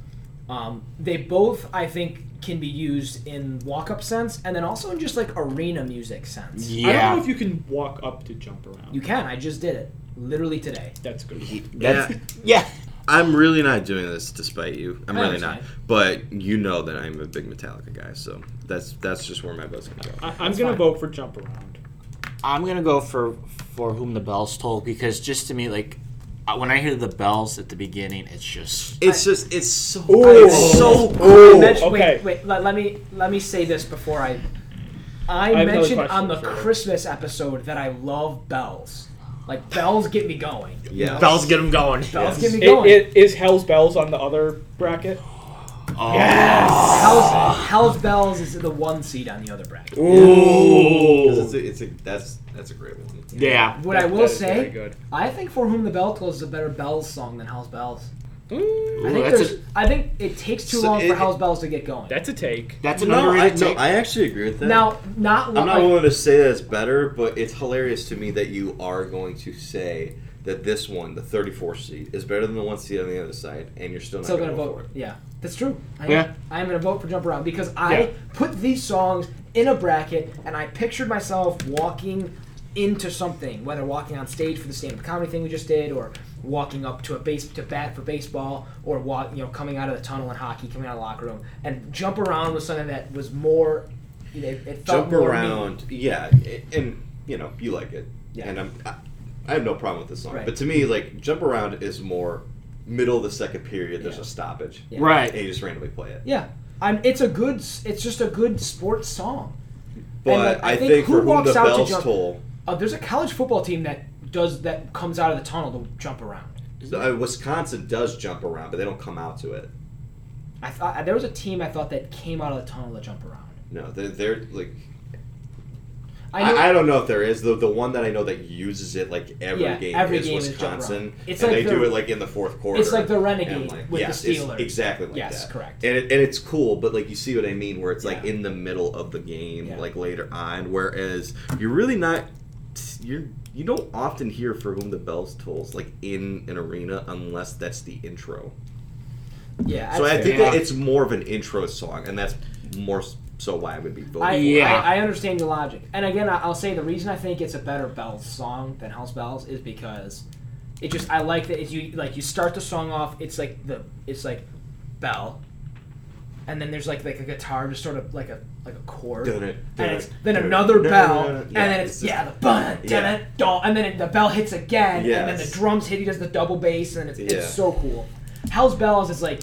S2: Um, they both, I think, can be used in walk-up sense, and then also in just like arena music sense.
S4: I don't know
S7: Yeah,
S4: if you can walk up to jump around.
S2: You can. I just did it literally today.
S4: That's good.
S7: that's
S5: Yeah.
S7: yeah.
S5: I'm really not doing this despite you. I'm
S2: I
S5: really not.
S2: understand.
S5: But you know that I'm a big Metallica guy, so that's that's just where my vote's gonna go.
S4: I, I'm gonna
S2: fine.
S4: vote for jump around.
S7: I'm gonna go for for whom the bells toll because just to me, like uh, when I hear the bells at the beginning, it's just
S5: It's just it's so
S4: Ooh.
S5: it's so
S2: I
S5: cool.
S2: mentioned-
S4: okay.
S2: Wait, wait. Let, let me let me say this before I. I,
S4: have another
S2: mentioned
S4: question
S2: on the
S4: for you.
S2: Christmas episode that I love bells. Like bells get me going.
S5: Yeah.
S7: bells get them going.
S2: Bells get me
S4: It,
S2: going.
S4: it, is Hell's Bells on the other bracket?
S2: Hell's,
S4: Ah.
S2: Hell's Bells is the one seed on the other bracket.
S5: It's a, it's a, that's that's a great one.
S7: Yeah,
S2: What I
S4: That-
S2: will
S4: that is
S2: say,
S4: very good.
S2: I think "For Whom the Bell Tolls" is a better Bells song than "Hell's Bells." I
S7: Ooh,
S2: think
S7: that's
S2: there's.
S7: a-
S2: I think it takes too
S5: So
S2: long for
S5: it-
S2: "Hell's Bells" to get going.
S4: That's a take.
S7: that's an
S5: No, I,
S7: underrated.
S5: no,
S7: take.
S5: I actually agree with that.
S2: now, not
S5: I'm
S2: like,
S5: not willing to say that it's better, but it's hilarious to me that you are going to say that this one, the 34th seed, is better than the one seed on the other side, and you're still not
S2: still
S5: going
S2: gonna
S5: to
S2: vote.
S5: for it.
S2: Yeah, that's true. I am,
S7: Yeah.
S2: I am gonna vote for "Jump Around" because I
S7: Yeah.
S2: put these songs in a bracket and I pictured myself walking into something, whether walking on stage for the stand-up comedy thing we just did, or walking up to a base to bat for baseball, or walk, you know, coming out of the tunnel in hockey, coming out of the locker room, and "Jump Around" was something that was more. It, it felt
S5: Jump
S2: more me.
S5: around, yeah, and you know you like it,
S2: Yeah.
S5: and I'm, I, I have no problem with this song.
S2: Right.
S5: But to me, like jump around is more middle of the second period. There's
S2: Yeah.
S5: a stoppage,
S2: Yeah.
S5: and
S7: right.
S5: you just randomly play it.
S2: Yeah, I'm, it's a good. s- It's just a good sports song.
S5: But
S2: like,
S5: I,
S2: I
S5: think,
S2: think
S5: for
S2: who
S5: whom the
S2: walks out to
S5: bells
S2: jump-
S5: toll,
S2: Uh, there's a college football team that does that comes out of the tunnel to jump around.
S5: uh, Wisconsin does jump around, but they don't come out to it.
S2: I thought there was a team I thought that came out of the tunnel to jump around.
S5: No, they're, they're like
S2: I
S5: I,
S2: know.
S5: I, don't know if there is the the one that I know that uses it like every
S2: Yeah,
S5: game
S2: every
S5: is
S2: game is jump around.
S5: Wisconsin,
S2: It's
S5: and
S2: like
S5: they
S2: the-
S5: do it like in the fourth quarter.
S2: it's like the Renegade
S5: and,
S2: with
S5: yes,
S2: the
S5: it's
S2: Steelers.
S5: exactly like
S2: Yes,
S5: that.
S2: correct.
S5: And it, and it's cool, but like you see what I mean, where it's like
S2: Yeah.
S5: in the middle of the game,
S2: Yeah.
S5: like later on. Whereas you're really not you're you don't often hear for whom the bells tolls like in an arena unless that's the intro.
S2: yeah,
S5: so
S2: I'd
S5: I
S2: say-
S5: think that
S7: Yeah.
S5: it's more of an intro song, and that's more s- so why I would be voting.
S2: I,
S7: Yeah.
S2: I, I understand your logic. And again, I- I'll say the reason I think it's a better Bells song than House Bells is because it just I like that it's you like you start the song off. It's like the it's like bell, and then there's like like a guitar, just sort of like a like a chord,
S5: Dun it, dun
S2: and it's
S5: it,
S2: then
S5: dun it,
S2: another
S5: dun it,
S2: bell,
S5: dun it.
S2: and
S5: Yeah,
S2: then
S5: it's
S2: it's,
S5: just-
S2: yeah the bun, dun
S5: Yeah.
S2: it, dun, and then it, the bell hits again, and then
S5: Yes.
S2: the drums hit. He does the double bass, and it's,
S5: Yeah.
S2: it's so cool. House Bells is like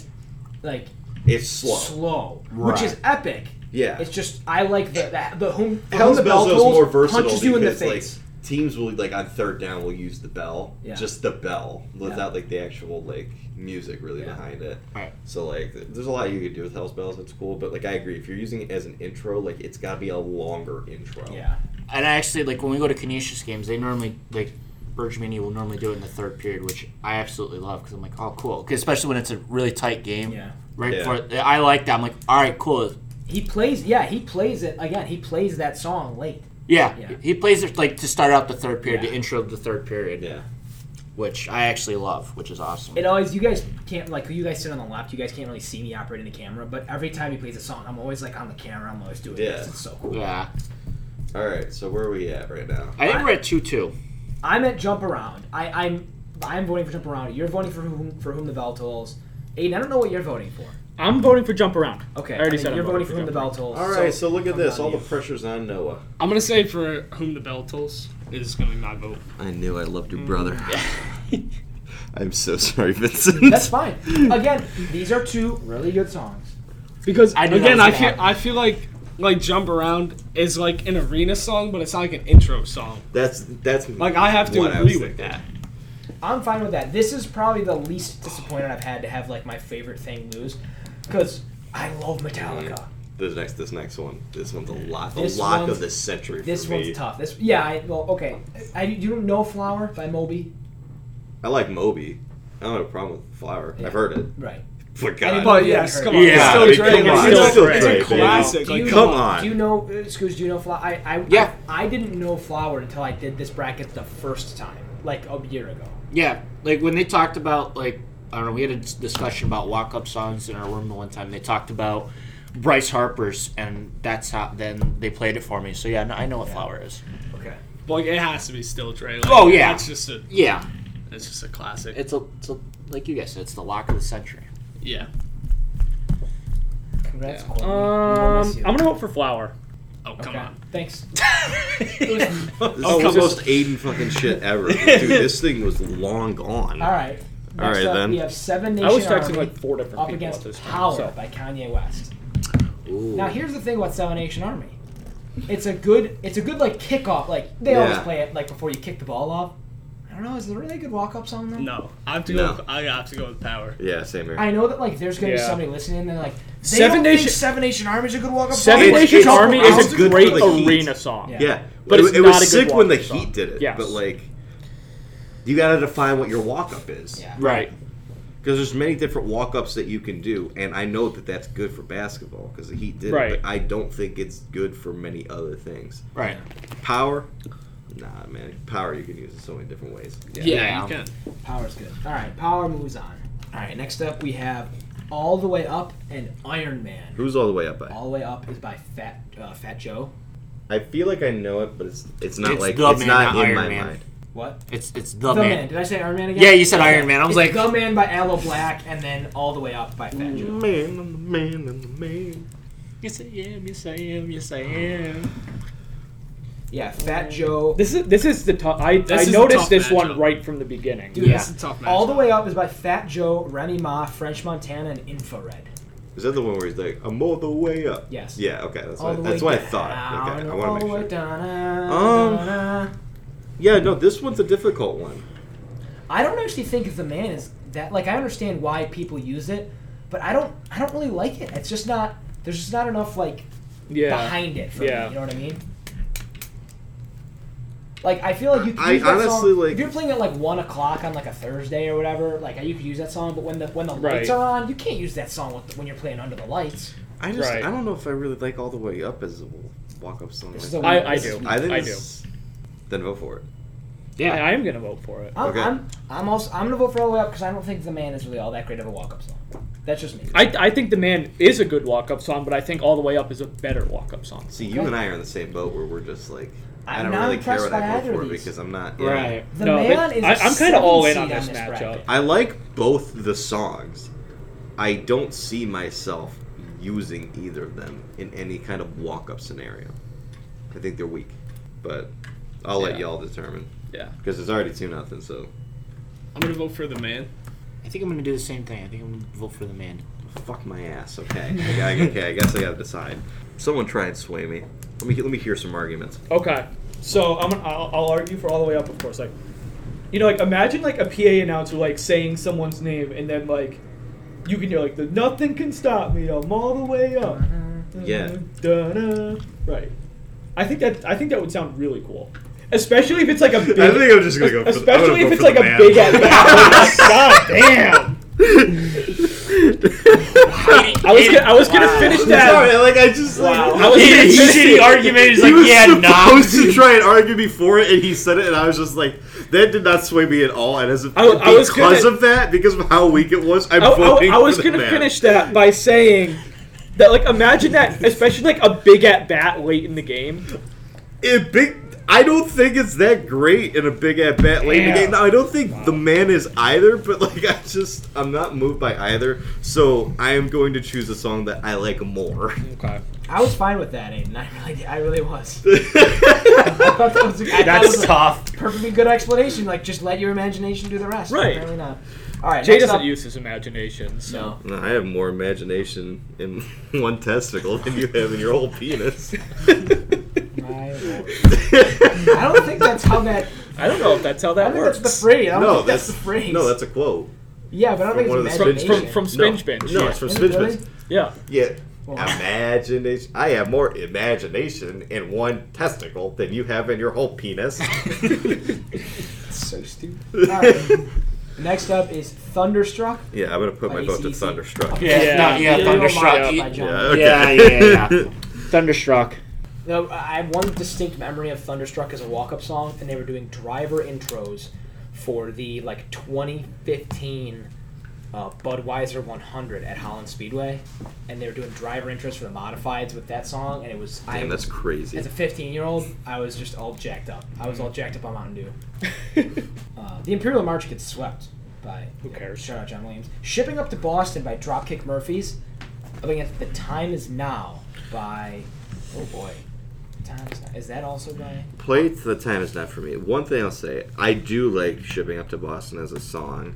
S2: like
S5: It's slow.
S2: slow, which is epic.
S5: Yeah.
S2: It's just I like the that the whom for whom
S5: Hell's
S2: the
S5: Bells
S2: bell
S5: is
S2: tolls
S5: more versatile
S2: punches you in the
S5: because
S2: face.
S5: like teams will like on third down will use the bell,
S2: Yeah.
S5: just the bell, without like the actual like music really
S2: Yeah.
S5: behind it.
S7: Right.
S5: So like, th- there's a lot you could do with Hell's Bells. It's cool, but like I agree, if you're using it as an intro, like it's got to be a longer intro.
S2: yeah,
S7: And I actually like when we go to Canisius games, they normally like Bergmini will normally do it in the third period, which I absolutely love because I'm like, oh, cool. 'Cause especially when it's a really tight game,
S2: yeah.
S7: right?
S5: Yeah.
S7: before- I like that. I'm like, all right, cool.
S2: He plays. Yeah, he plays it again. He plays that song late.
S7: Yeah,
S2: Yeah.
S7: he plays it like to start out the third period,
S2: Yeah.
S7: the intro of the third period,
S5: Yeah.
S7: which I actually love, which is awesome.
S2: It always you guys can't like you guys sit on the lap. You guys can't really see me operating the camera, but every time he plays a song, I'm always like on the camera. I'm always doing this.
S5: Yeah.
S2: It's so cool.
S7: yeah,
S5: All right. So where are we at right now?
S7: I think we're at two two.
S2: I'm at jump around. I, I'm I'm voting for jump around. You're voting for whom for whom the bell tolls. Aiden, I don't know what you're voting for.
S4: I'm voting for jump around.
S2: Okay,
S4: I already
S2: mean,
S4: said I'm
S2: you're voting for whom
S4: jump
S2: the
S4: around.
S2: bell tolls.
S5: All right. So, look at
S2: I'm
S5: this.
S2: on
S5: All the
S2: you.
S5: pressure's on Noah.
S3: I'm gonna say for whom the bell tolls is gonna be my vote.
S5: I knew I loved
S2: Mm. *laughs*
S5: you, brother. I'm so sorry, Vincent.
S2: That's fine. Again, these are two really good songs.
S4: Because
S7: I do
S3: Again,
S7: not
S3: I
S7: see
S3: feel
S7: that.
S3: I feel like like jump around is like an arena song, but it's not like an intro song.
S5: That's that's
S3: Like I have to
S5: what I was
S3: agree with
S5: thinking.
S3: that.
S2: I'm fine with that. This is probably the least disappointed I've had to have like my favorite thing lose, because I love
S3: Mm,
S2: Metallica.
S5: This next, this next one, this one's a lot, the
S2: This
S5: lock
S2: one's-
S5: of the century for
S2: This
S5: me.
S2: one's tough. This yeah. I, well, okay. I you don't know Flower by Moby,
S5: I like Moby. I don't have a problem with Flower. I've heard it. *laughs*
S2: right?
S5: But God,
S2: Anybody-
S3: But yes, come on,
S5: Yeah,
S3: it's
S5: I
S3: still
S5: mean,
S3: Drake.
S5: come
S3: It's
S5: on,
S3: still
S5: it's still
S3: Drake. It's a
S5: Drake, baby.
S3: classic.
S2: Do
S3: Like,
S2: you
S3: come
S2: know,
S3: on.
S5: on.
S2: Do you know? uh, Excuse. Do you know Flower? I I,
S7: Yeah.
S2: I I didn't know Flower until I did this bracket the first time, like a year ago.
S7: Yeah, like when they talked about like I don't know, we had a dis- discussion about walk up songs in our room the one time. They talked about Bryce Harper's, and that's how then they played it for me. So yeah, no, I know what flower is.
S2: Okay.
S3: Like it has to be still Drake. Like,
S7: Oh, yeah.
S3: it's just a
S7: Yeah,
S3: it's just a classic.
S7: it's a, it's a like you guys said, it's the lock of the century.
S3: yeah.
S2: Congrats,
S3: Yeah.
S2: Courtney. We will
S4: Um,
S2: miss you.
S4: I'm gonna vote for flower.
S3: Oh come
S2: Okay.
S3: on.
S2: Thanks.
S5: This
S3: Oh,
S5: is
S3: come
S5: the most Aiden fucking shit ever, dude.
S2: *laughs*
S5: This thing was long gone.
S2: All right.
S5: All
S2: Next
S5: right,
S2: up,
S5: then.
S2: We have Seven Nation
S4: I was
S2: Army
S4: texting like four different
S2: up
S4: people
S2: against
S4: at this time,
S2: Power
S4: so.
S2: by Kanye West.
S5: Ooh.
S2: Now here's the thing about Seven Nation Army. It's a good it's a good like kickoff like they always
S5: Yeah.
S2: play it like before you kick the ball off. I don't know, is it a really good walk up song though?
S3: No, I have to
S5: No.
S3: go. With, I have to go with power.
S5: Yeah, same here.
S2: I know that like there's gonna be
S4: Yeah.
S2: somebody listening and they're like they
S4: Seven
S2: don't think
S4: Nation-
S2: Seven Nation Army is a good walk up
S4: Seven
S2: song.
S5: It's-
S4: Nation
S5: it's
S4: Army
S5: it's
S4: is a
S5: good for
S4: great
S5: the heat.
S4: arena song.
S2: Yeah.
S5: yeah,
S4: But
S5: it,
S4: it's
S5: it
S4: not a good
S5: was sick when the
S4: walk-up song.
S5: Heat did it.
S4: Yes.
S5: But like, you gotta define what your walk-up is.
S2: Yeah.
S7: Right.
S5: Because there's many different walk-ups that you can do, and I know that that's good for basketball because the Heat did
S4: Right.
S5: it. But I don't think it's good for many other things.
S7: Right.
S5: Power, nah, man. Power you can use in so many different ways.
S3: Yeah,
S7: Yeah.
S3: you can.
S2: Power's good. Alright, power moves on. Alright, next up we have All the Way Up and Iron Man.
S5: Who's all the way up by?
S2: All the Way Up is by Fat uh, Fat Joe.
S5: I feel like I know it, but it's it's not
S7: It's
S5: like
S7: the
S5: it's
S7: man,
S5: not,
S7: not
S5: in
S7: Iron
S5: my
S7: Man.
S5: mind.
S2: What?
S7: It's it's the,
S2: The man.
S7: man.
S2: Did I say Iron Man again?
S7: Yeah, you said Iron Man. I was
S2: It's
S7: like-
S2: The Man by Aloe Black, and then All the Way Up by Fat Joe.
S5: Man, I'm the man, I'm the man.
S7: Yes I am. Yes I am. Yes I am.
S2: Yeah, Fat Joe.
S4: This is this is the tough. I,
S3: This is
S4: I
S3: a
S4: noticed
S3: tough
S4: this one
S3: matchup.
S4: right from the beginning.
S2: Dude,
S7: Yeah.
S3: It's a tough match.
S2: All the way up is by Fat Joe, Remy Ma, French Montana, and Infrared.
S5: Is that the one where he's like, I'm all the way up?
S2: Yes.
S5: Yeah, okay, that's
S2: All
S5: what,
S2: the
S5: that's
S2: way
S5: what I thought.
S2: down,
S5: Okay, I
S2: all
S5: want to
S2: the
S5: make
S2: way
S5: sure.
S2: down, uh,
S5: Um,
S2: down.
S5: Yeah, no, this one's a difficult one.
S2: I don't actually think the man is that. Like, I understand why people use it, but I don't. I don't really like it. It's just not. There's just not enough like
S4: yeah.
S2: behind it for me.
S4: Yeah.
S2: You know what I mean? Like I feel like you could
S5: I
S2: use that
S5: honestly,
S2: song,
S5: like-
S2: if you're playing at like one o'clock on like a Thursday or whatever, like you could use that song. But when the when the lights
S4: Right.
S2: are on, you can't use that song with, when you're playing under the lights.
S5: I just,
S4: Right.
S5: I don't know if I really like all the way up as a walk up song.
S2: This
S5: like
S2: is a
S5: that.
S2: weird-
S4: I- I
S2: this is
S4: do.
S2: weird.
S5: I think
S4: I
S5: this- Then vote for it.
S4: I, I am gonna vote for it.
S2: I'm,
S5: Okay.
S2: I'm, I'm also I'm gonna vote for all the way up because I don't think the man is really all that great of a walk up song. That's just me.
S4: I, I think the man is a good walk up song, but I think all the way up is a better walk up song.
S5: See, you
S2: Okay.
S5: and I are in the same boat where we're just like, I
S2: I'm
S5: don't
S2: not
S5: really care
S2: impressed
S5: what
S2: by
S5: I
S2: either
S5: vote
S2: of
S5: for
S2: these.
S5: because I'm not. yeah.
S7: Right.
S2: the
S4: no,
S2: man
S4: that-
S2: is.
S4: I-
S2: I'm
S4: I'm
S2: kind
S4: kinda
S2: of
S4: all in on this matchup.
S5: I like both the songs. I don't see myself using either of them in any kind of walk up scenario. I think they're weak, but I'll let
S4: Yeah.
S5: y'all determine
S4: Yeah.
S5: because it's already two nothing. So
S3: I'm gonna vote for the man.
S7: I think I'm gonna do the same thing. I think I'm gonna vote for the man.
S5: fuck my ass. Okay, I gotta, okay, I guess I gotta decide. Someone try and sway me. Let me let me hear some arguments.
S4: Okay, so I'm gonna, I'll, I'll argue for all the way up, of course. Like, you know, like imagine like a PA announcer like saying someone's name, and then like you can hear like the nothing can stop me. I'm all the way up.
S5: Yeah.
S2: Mm-hmm.
S4: Da-da. Right. I think that I think that would sound really cool, especially if it's like a big.
S10: I think I'm just gonna go. For the,
S4: especially
S10: I'm gonna
S4: if
S10: go
S4: it's
S10: for
S4: like
S10: the
S4: a
S10: man.
S4: big. At- God *laughs* damn. I was gonna, I was gonna
S7: *laughs*
S4: finish that.
S10: Sorry, like I just like,
S4: I was gonna
S7: He-
S4: finish
S7: he did the argument. He's like, yeah,
S10: supposed
S7: nah.
S10: *laughs* to try and argue before it, and he said it, and I was just like, that did not sway me at all. And as if,
S4: I- I was
S10: because
S4: gonna-
S10: of that, because of how weak it was, I'm
S4: I, *laughs* I-
S10: voting
S4: Oh, I was
S10: for the
S4: gonna
S10: man.
S4: finish that by saying that, like, imagine that, especially like a big at bat late in the game.
S10: It big. I don't think it's that great in a big at bat late in the game. Now, I don't think the man is either, but like I just I'm not moved by either. So I am going to choose a song that I like more.
S3: Okay.
S2: I was fine with that, Aiden. I really, did. I really
S5: *laughs*
S2: was. *laughs* I thought that was, I thought that was
S7: That's
S2: a
S7: tough.
S2: perfectly good explanation. Like, just let your imagination do the rest. but
S4: Right.
S2: Apparently not. All right.
S4: Jay
S2: next
S4: doesn't
S2: up-
S4: use his imagination, so
S2: No.
S5: No, I have more imagination in *laughs* one testicle than you have in your whole penis.
S2: My lord. I don't think that's how that.
S4: I don't know if that's how
S2: I
S4: that
S2: think
S4: works.
S2: that's the phrase. I don't
S10: No,
S2: think that's,
S10: that's
S2: the phrase.
S5: No, that's a quote.
S2: yeah, but I
S10: from
S2: don't
S10: one
S2: think
S10: of
S2: it's
S10: the-
S2: imagination.
S4: from from Spinge
S5: No.
S4: Bench.
S10: No,
S4: yeah.
S10: it's from
S2: Is it
S10: Spinch
S2: really?
S10: Bench.
S4: yeah.
S10: Yeah.
S2: Well,
S10: Imagination. I have more imagination in one testicle than you have in your whole *laughs* penis.
S2: That's so stupid. All right. Next up is Thunderstruck.
S5: Yeah, I'm gonna put my
S2: By
S5: vote to
S2: AC/DC.
S5: Thunderstruck.
S7: Yeah,
S3: Yeah.
S7: not- yeah,
S3: Yeah,
S7: Thunderstruck.
S2: By John.
S5: Yeah,
S7: Yeah, yeah, yeah. yeah. Thunderstruck.
S2: No, I have one distinct memory of Thunderstruck as a walk-up song, and they were doing driver intros for the like 2015 uh, Budweiser 100 at Holland Speedway, and they were doing driver intros for the modifieds with that song, and it was I
S5: Damn, *laughs* that's crazy.
S2: as a 15-year-old I was just all jacked up. I was all jacked up on Mountain Dew.
S5: *laughs*
S2: uh, the Imperial March gets swept by who
S3: cares?
S2: Shout out John Williams. Shipping up to Boston by Dropkick Murphys. Up against the time is now by oh boy. Time is, now. is that also by?
S5: Play to the time is not for me. One thing I'll say, I do like shipping up to Boston as a song,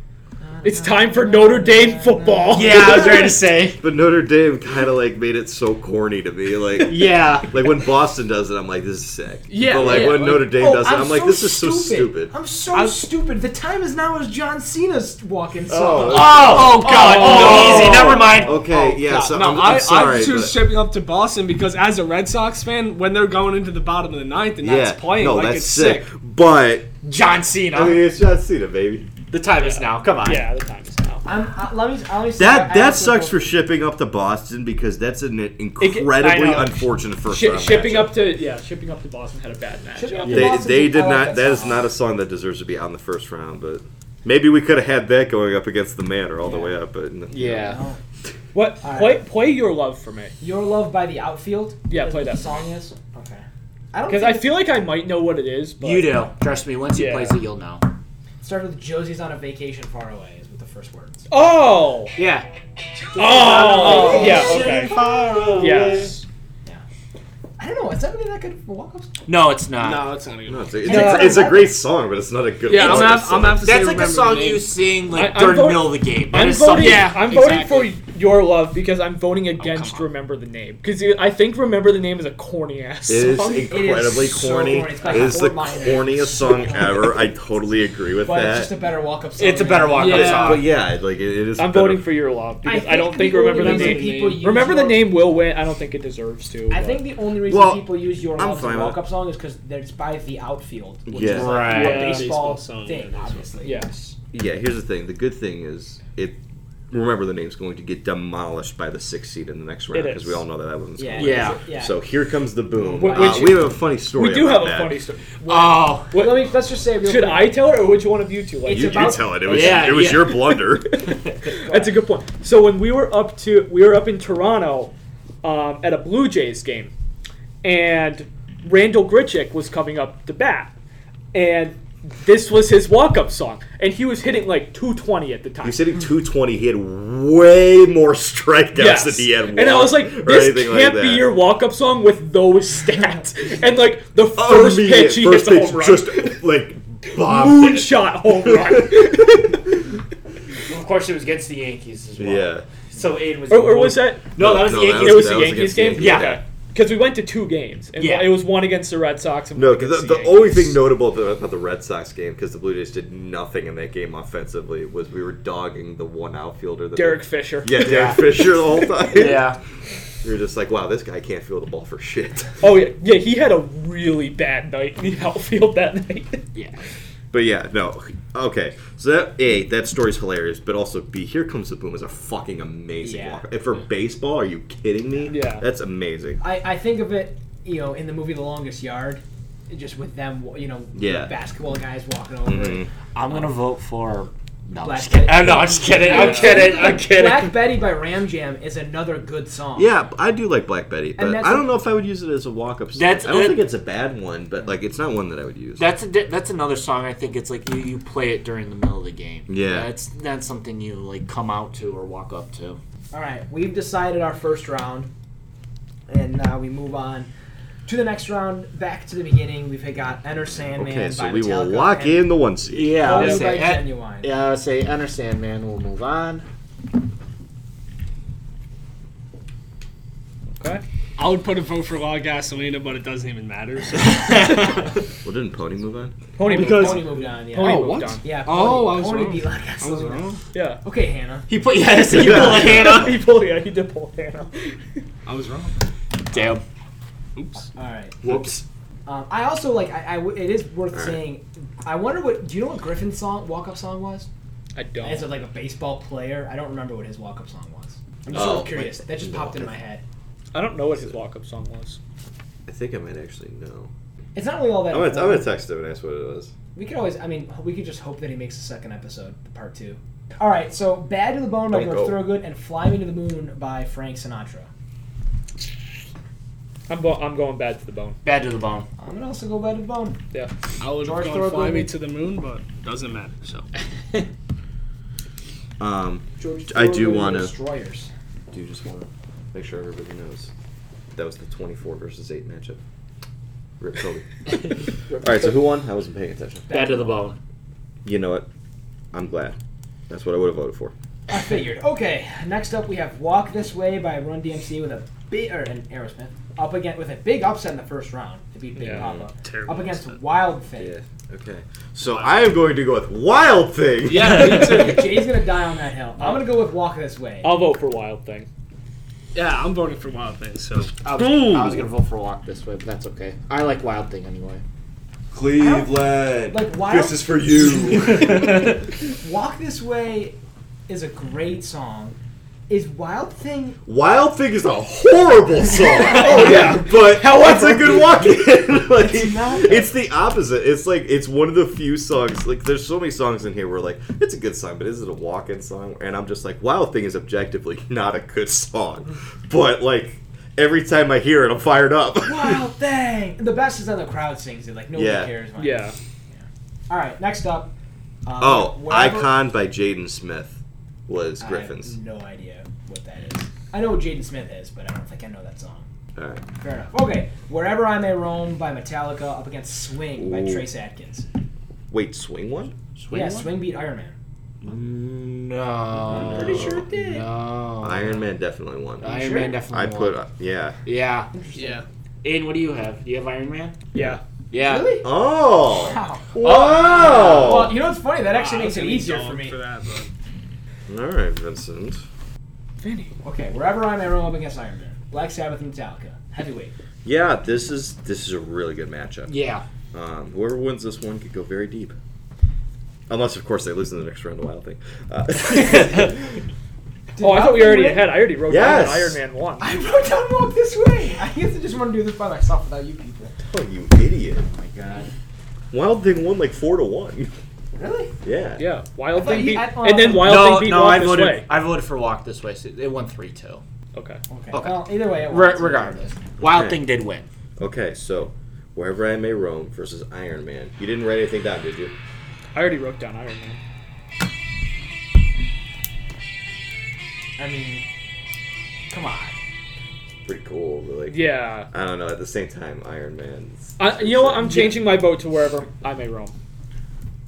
S4: It's time for Notre Dame football.
S7: Yeah, I was ready to
S4: *laughs*
S7: say.
S5: but Notre Dame kind of like made it so corny to me. *laughs* Like,
S7: Yeah.
S5: like when Boston does it, I'm like, this is sick.
S4: Yeah,
S5: but like
S4: yeah,
S5: when
S4: like-
S5: Notre Dame
S2: Oh,
S5: does it, I'm, like,
S2: so
S5: this is so stupid.
S2: I'm so stupid. The time is now is John Cena's walking
S5: Oh,
S2: song.
S7: Oh, oh God.
S3: Oh.
S7: easy. Never mind.
S5: okay, yeah. so
S3: no,
S5: I'm, I'm
S3: I,
S5: sorry.
S3: I
S5: but-
S3: choose shipping up to Boston because as a Red Sox fan, when they're going into the bottom of the ninth and
S5: yeah,
S3: that's playing,
S5: no,
S3: like
S5: that's
S3: it's sick.
S5: But
S7: John Cena.
S5: I mean, it's John Cena, baby.
S7: the time is now. Come on.
S3: Yeah, the time is now.
S2: I'm, I, let me. Let me say,
S5: That
S2: I
S5: that
S2: also
S5: sucks for
S2: vote-
S5: shipping up to Boston because that's an
S4: I
S5: incredibly
S4: know.
S5: unfortunate first
S4: Shi
S5: round
S4: shipping
S5: matchup.
S4: up to yeah, shipping up to Boston had a bad match.
S2: Shipping up to
S5: They,
S2: Boston's
S5: they
S2: a-
S5: did
S2: I like
S5: not. That is
S2: song.
S5: not a song that deserves to be on the first round. But maybe we could have had that going up against the man or all the way up. But n-
S7: Yeah.
S4: What
S2: All
S4: play
S2: right.
S4: play your love for me
S2: Your love by the outfield.
S4: Yeah,
S2: is
S4: play
S2: what
S4: that.
S2: The song is okay. I don't
S4: because
S2: think
S4: I
S2: it's-
S4: feel like I might know what it is. But
S7: You do. Trust me. Once he
S4: Yeah.
S7: plays it, you'll know.
S2: started with Josie's on a vacation far away is what the first words.
S4: Oh.
S7: Yeah.
S4: Oh. Yeah. Okay. Yes.
S2: I don't know. Is that really that good for walk-ups?
S7: No, it's not.
S3: No, that's not gonna
S5: No,
S3: go.
S5: it's, a, it's,
S2: No,
S5: it's, it's a
S2: I-
S5: great song, but it's not a good.
S4: Yeah, I'm
S5: walk-up
S4: gonna, I'm
S5: song.
S4: gonna have to
S7: That's
S4: say
S7: like a
S4: remember
S7: song
S4: the name.
S7: you sing like
S4: I- I'm
S7: during the
S4: voting-
S7: middle of the game. That
S4: I'm
S7: is
S4: voting.
S7: something-
S3: Yeah,
S4: I'm
S3: exactly.
S4: voting for your love because I'm voting against
S7: on.
S4: remember the name because I think remember the name is a corny ass
S5: It is
S4: song. *laughs*
S5: incredibly
S2: so
S5: corny.
S2: corny. It's like
S5: it is the
S2: four minors.
S5: corniest song ever. I totally agree with
S2: But it's
S5: that.
S2: just a better walk-up song.
S7: It's a
S2: than
S7: better
S2: that.
S7: walk-up
S4: Yeah.
S7: song.
S5: but yeah, like it, it is.
S4: I'm
S5: better-
S4: voting for your love because I, don't think
S2: the
S4: remember the
S2: only reason
S4: name.
S2: People use
S4: Remember the
S2: your-
S4: name will win. I don't think it deserves to.
S2: I
S4: but-
S2: think the only reason
S5: Well,
S2: people use your
S5: I'm
S2: love as
S5: fine
S2: a
S5: with
S2: walk-up song is because it's by the outfield, which
S5: Yeah.
S2: is like
S7: Right.
S2: a
S4: Yeah.
S2: baseball,
S3: Baseball song, yeah,
S2: thing,
S3: baseball.
S2: obviously.
S4: yes.
S5: Yeah, here's the thing. The good thing is it. Remember the name's going to get demolished by the sixth seed in the next round because
S4: is.
S5: we all know that that wasn't.
S2: Yeah.
S5: going.
S7: Yeah.
S2: yeah.
S5: So here comes the boom.
S4: Which-
S5: Uh, we have a funny story.
S4: We do have
S5: about
S4: a
S5: that.
S4: funny story.
S7: Oh,
S2: let me let's just say real
S4: Should
S2: quick,
S4: I tell her or which one of you two? Like,
S2: It's
S5: You,
S2: a- about-
S5: you tell
S4: Oh,
S5: it. It was
S7: Yeah,
S5: it was
S7: yeah.
S4: *laughs*
S5: your blunder.
S4: That's a good point. So when we were up to we were up in Toronto um, at a Blue Jays game, and Randall Grichik was coming up to bat, and this was his walk-up song, and he was hitting like 220 at the time.
S5: He was hitting 220. He had way more strikeouts
S4: Yes.
S5: than he had.
S4: and I was like,
S5: walked or
S4: this
S5: anything
S4: can't
S5: like
S4: be
S5: that."
S4: your walk-up song with those
S5: *laughs*
S4: stats. And like the first
S5: Immediate
S4: pitch, Oh, he
S5: first
S4: hits a
S5: pitch,
S4: home run.
S5: Just like bombed it. *laughs*
S4: Moonshot home run.
S7: of course it was against the Yankees as well.
S5: Yeah.
S7: So Aiden was.
S4: Oh, Or, or was that?
S7: No, that was
S8: No,
S7: the
S8: that
S7: Yankees.
S4: It was
S8: that
S4: the
S8: was
S4: Yankees
S8: against
S4: game.
S8: the
S7: Yankees.
S4: Because we went to two games, and
S7: Yeah.
S4: it was one against the Red Sox and
S5: No,
S4: one
S5: 'cause
S4: against
S5: the, the
S4: Yankees.
S5: only thing notable about the, about the Red Sox game, because the Blue Jays did nothing in that game offensively, was we were dogging the one outfielder. That
S4: Derek Fisher.
S5: Yeah, Derek
S7: Yeah.
S5: Fisher the whole time.
S7: Yeah.
S5: We were just like, wow, this guy can't feel the ball for shit. *laughs*
S4: Oh yeah, yeah. He had a really bad night in the *laughs* outfield that night.
S7: Yeah.
S5: But yeah, no. Okay. So that A, that story's hilarious, but also B, Here Comes the Boom is a fucking amazing
S2: Yeah.
S5: walk. And for baseball, are you kidding me?
S4: Yeah.
S5: That's amazing.
S2: I, I think of it, you know, in the movie The Longest Yard, just with them, you know,
S5: Yeah.
S2: basketball guys walking over.
S7: I'm gonna vote for. No, I'm
S2: Black
S7: just kidding.
S2: Betty.
S7: Oh, no, I'm just kidding. I'm kidding. I'm
S2: Black
S7: kidding.
S2: Betty by Ram Jam is another good song.
S5: Yeah, I do like Black Betty, but
S2: that's
S5: I don't
S2: a-
S5: know if I would use it as a walk up song.
S7: That's-
S5: I don't
S7: that-
S5: think it's a bad one, but like it's not one that I would use.
S7: That's a di- that's another song. I think it's like you, you play it during the middle of the game.
S5: Yeah.
S7: That's that's something you like come out to or walk up to.
S2: All right, we've decided our first round, and now we move on to the next round. Back to the beginning, we've got Enter Sandman.
S5: okay, so
S2: by
S5: we will
S2: Metallica
S5: lock
S2: and
S5: in the one seed.
S7: Yeah.
S2: Owned
S7: I
S2: by
S7: say, eh,
S2: Genuine.
S7: yeah. I would say understand, man. We'll move on.
S4: Okay.
S3: I would put a vote for La Gasolina, but it doesn't even matter.
S4: *laughs*
S3: So.
S5: Well, didn't Pony move on?
S4: Pony
S3: Because-
S4: moved
S2: Pony moved on. Yeah.
S4: Pony
S3: Oh,
S4: moved
S3: what?
S4: on.
S2: Yeah. Pony,
S3: Oh, I was
S2: Pony
S3: wrong.
S2: beat Lana
S3: I was
S2: Gasolina.
S3: wrong.
S4: Yeah.
S2: Okay, Hannah.
S7: He put yeah. I said
S4: *laughs*
S7: you pull a hand up.
S4: he pulled. Yeah, he did pull Hannah.
S3: I was wrong.
S7: Damn.
S3: Oops.
S2: All right.
S7: Whoops.
S2: Um, I also like. I, I w- it is worth saying. I wonder what. Do you know what Griffin's song walk up song was?
S4: I don't.
S2: As a, like a baseball player, I don't remember what his walk up song was. I'm just sort
S5: Oh,
S2: of curious. That just popped into my head.
S4: I don't know what his walk-up song was.
S5: I think I might actually know.
S2: It's not really all that.
S5: I'm gonna, I'm
S2: important.
S5: gonna text him and ask what it was.
S2: We could always, I mean, we could just hope that he makes a second episode, part two. All right, so Bad to the Bone by
S5: Don't
S2: George
S5: go.
S2: Thorogood and Fly Me to the Moon by Frank Sinatra.
S4: I'm, bo- I'm going bad to the bone.
S7: Bad to the bone.
S2: I'm going to also go Bad to the Bone.
S4: Yeah.
S3: I would
S2: George
S3: have gone fly me
S2: Thorogood.
S3: to the moon, but doesn't matter. So
S5: Um,
S2: George
S5: I do
S2: Thorogood and
S5: wanna-
S2: Destroyers.
S5: do you just want to make sure everybody knows that was the 24 versus 8 matchup.
S2: *laughs*
S5: Rip Kobe. *laughs* All right, so who won? I wasn't paying attention.
S7: Bad to the bone.
S5: You know what? I'm glad. That's what I would have voted for.
S2: I figured. Okay, next up we have Walk This Way by Run DMC with a big, or an Aerosmith, up again with a big upset in the first round to beat Big
S4: Yeah.
S2: Papa.
S3: terrible.
S2: Up against Wild Thing. *laughs*
S5: Okay. So I am going to go with Wild Thing.
S3: yeah, me too.
S2: Jay's going to die on that hill. I'm going to go with Walk This Way.
S7: Uh,
S4: I'll vote for Wild Thing.
S7: *laughs*
S4: *laughs*
S3: yeah, I'm voting for Wild Thing. So
S7: I was, I was gonna vote for walk this way, but that's okay. I like Wild Thing anyway.
S8: Cleveland.
S2: Like, Wild
S8: This is for
S2: *laughs*
S8: you.
S2: Walk This Way is a great song. Is Wild Thing
S5: Wild Thing is a
S2: *laughs*
S5: horrible song. oh yeah, *laughs* but it's a good *laughs* walk-in. like, it's,
S2: not.
S5: the opposite. It's like it's one of the few songs. Like there's so many songs in here where like it's a good song, but is it a walk-in song? And I'm just like, Wild Thing is objectively *laughs* not a good song. But like every time I hear it, I'm fired up. *laughs*
S2: *laughs* Wild Thing! The best is that the crowd sings it. Like, nobody
S5: Yeah.
S2: cares. Mike.
S4: Yeah.
S2: Alright, next up. Um,
S5: oh,
S2: wherever-
S5: Icon by Jaden Smith was
S2: I have
S5: Griffin's.
S2: no idea what that is. I know who Jaden Smith is, but I don't think I know that song.
S5: All right.
S2: Fair enough. Okay, Wherever I May Roam by Metallica up against Swing by
S5: Ooh.
S2: Trace Adkins.
S5: Wait, swing one?
S7: Swing
S2: yeah,
S7: one?
S2: Swing beat Iron Man.
S7: No.
S2: I'm pretty sure it did.
S7: No.
S5: Iron Man definitely won.
S7: Iron
S2: sure?
S7: Man definitely.
S5: I put uh,
S7: won.
S5: yeah.
S7: Yeah.
S3: yeah,
S7: Aiden, what do you have? Do you have Iron Man?
S4: Yeah.
S7: Yeah.
S2: Really?
S5: Oh.
S2: Wow.
S5: Wow.
S2: Well, you know what's funny? That actually
S3: I
S2: makes
S3: was
S2: it
S3: gonna
S2: easier
S3: dog
S2: for me.
S3: For that, but
S5: All right, Vincent.
S2: Okay, Wherever I May Roam up against Iron Man. Black Sabbath and Metallica. Heavyweight.
S5: Yeah, this is this is a really good matchup.
S7: Yeah.
S5: Um, whoever wins this one could go very deep, unless of course they lose in the next round. of Wild thing. Uh, *laughs*
S2: Did
S4: Oh, I thought we
S2: Malcolm
S4: already
S2: win?
S4: had. I already wrote down that Iron
S5: Yes.
S4: Man won.
S2: *laughs* I wrote down walk this way. I guess I just want to do this by myself without you people.
S5: oh, you idiot!
S7: Oh my God.
S5: Wild thing won like four to one.
S2: Really?
S5: Yeah.
S2: I
S4: Yeah. Wild
S2: thought
S4: Thing
S2: you-
S4: beat,
S2: I-
S4: and then Wild
S7: no,
S4: Thing beat
S7: no,
S4: Walk
S7: I
S4: This
S7: voted.
S4: Way.
S7: I voted for Walk This Way. So it won three two.
S4: Okay.
S2: Okay.
S7: Okay.
S2: Well, either way, it
S7: Re-
S2: was.
S7: regardless, Wild
S5: Okay.
S7: Thing did win.
S5: Okay, so wherever I may roam versus Iron Man. You didn't write anything down, did you?
S4: I already wrote down Iron Man.
S2: I mean, come on.
S5: Pretty cool, but like
S4: Yeah.
S5: I don't know. At the same time, Iron Man's.
S4: I, you know what? I'm changing my vote to wherever I may roam.
S2: I'm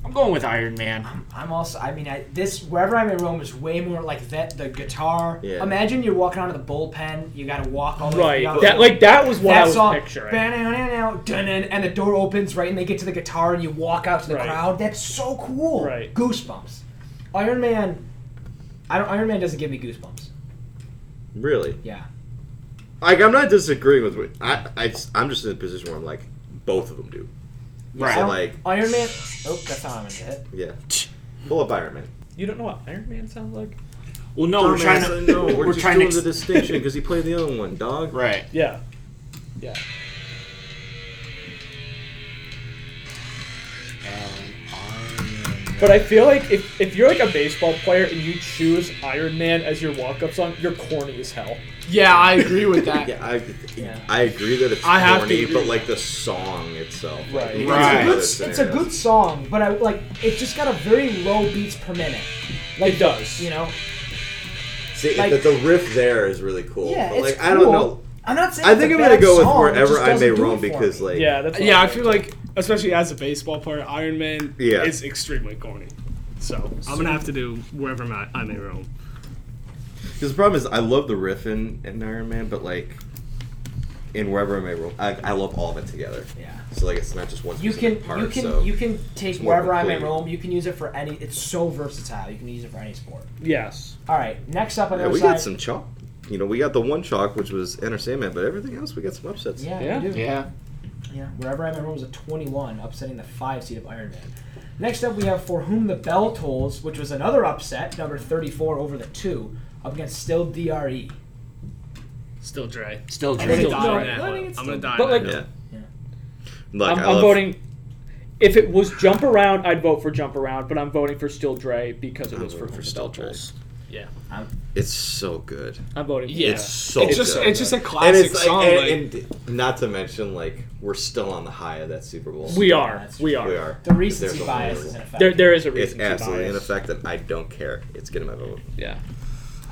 S7: I'm going with Iron Man.
S2: I'm also. I mean, I, this wherever I'm in Rome is way more like that. The guitar.
S5: Yeah.
S2: Imagine you're walking onto the bullpen. You got to walk all the way.
S4: Right.
S2: out.
S4: That like that was what
S2: that
S4: I was
S2: song.
S4: picturing.
S2: "Ba-na-na-na-na," dun-dun, And the door opens right, and they get to the guitar, and you walk out to the
S4: Right.
S2: crowd. That's so cool.
S4: Right.
S2: Goosebumps. Iron Man. I don't, Iron Man doesn't give me goosebumps.
S5: Really?
S2: Yeah.
S5: Like I'm not disagreeing with what I, I I'm just in a position where I'm like both of them do.
S7: Right.
S5: So
S2: Iron-
S5: like
S2: Iron Man. Oh, that's not how I'm gonna hit.
S5: *laughs* yeah, pull up Iron Man.
S4: You don't know what Iron Man sounds like?
S7: Well, no, Oh, we're trying to.
S5: no, we're,
S7: we're
S5: just
S7: trying to
S5: doing
S7: ex-
S5: the distinction because he played the other one, dog.
S7: Right.
S4: Yeah. Yeah. But I feel like if, if you're like a baseball player and you choose Iron Man as your walk up song, you're corny as hell.
S11: Yeah, I agree with that.
S5: Yeah, I,
S2: Yeah.
S5: I agree that it's
S11: I have to
S5: corny,
S11: agree.
S5: but like the song itself, like,
S4: Right.
S5: you
S7: Right.
S5: can do
S2: It's,
S5: other
S2: it's a good
S5: scenarios.
S2: song, but I like. It's just got a very low beats per minute. Like
S4: It does.
S2: You know.
S5: See,
S2: like-
S5: the, the riff there is really cool.
S2: Yeah.
S5: but
S2: it's
S5: like I don't
S2: cool.
S5: know.
S2: I'm not saying.
S5: I
S2: it's
S5: think
S2: a
S5: I'm gonna
S2: bad
S5: go with
S2: song, it
S5: wherever
S2: just
S5: I may
S2: doesn't do
S5: roam
S2: it for
S5: because
S2: me.
S5: like
S4: Yeah, that's what
S3: Yeah, I
S4: I'm
S3: feel like, especially as a baseball player, Iron Man
S5: Yeah.
S3: is extremely corny. So I'm gonna have to do wherever I'm at. I'm in Rome.
S5: Because the problem is, I love the riff in, in Iron Man, but like in wherever I may roll, I, I love all of it together.
S2: Yeah.
S5: So like, it's not just one
S2: You
S5: specific
S2: can
S5: part.
S2: you can
S5: so
S2: you can take
S5: more
S2: wherever I may
S5: complete.
S2: roam. You can use it for any. It's so versatile. You can use it for any sport.
S4: Yes.
S2: All right. Next up on the
S5: yeah,
S2: other
S5: we
S2: side.
S5: got some chalk. You know, we got the one chalk, which was Enter Sandman, but everything else, we got some upsets.
S2: yeah,
S4: Yeah.
S2: We do.
S7: Yeah.
S2: Yeah, wherever I'm at was a 21, upsetting the five seed of Iron Man. Next up, we have For Whom the Bell Tolls, which was another upset, number 34 over the two, up against Still E. Dre.
S3: Still Dre.
S7: Still
S3: I'm gonna
S7: Dre.
S4: Still
S3: die
S4: Dre.
S3: on
S2: I
S3: that one.
S2: think it's
S3: I'm gonna
S2: still-
S3: die.
S4: but
S3: on
S4: like-
S3: that.
S5: Yeah.
S2: Yeah.
S5: Like,
S4: I'm,
S5: I
S4: I'm
S5: love-
S4: voting. If it was Jump Around, I'd vote for Jump Around, but I'm voting for Still Dre because it was for,
S5: voting
S4: for
S5: for
S4: Still
S5: Still
S4: Dre.
S5: Dre.
S3: yeah.
S5: It's so good.
S4: I'm voting for
S3: Yeah.
S4: yeah.
S5: It's so
S3: it's just
S5: good.
S3: it's just a
S5: and
S3: classic
S5: it's like,
S3: song. like-
S5: and, and not to mention like we're still on the high of that Super Bowl.
S4: We are. We are.
S5: We are.
S2: The recency
S5: There's a
S2: bias
S5: whole-
S2: is in effect.
S4: There, there is a
S5: It's
S4: reason.
S5: absolutely
S4: bias.
S5: in effect that I don't care. It's getting my vote.
S4: Yeah.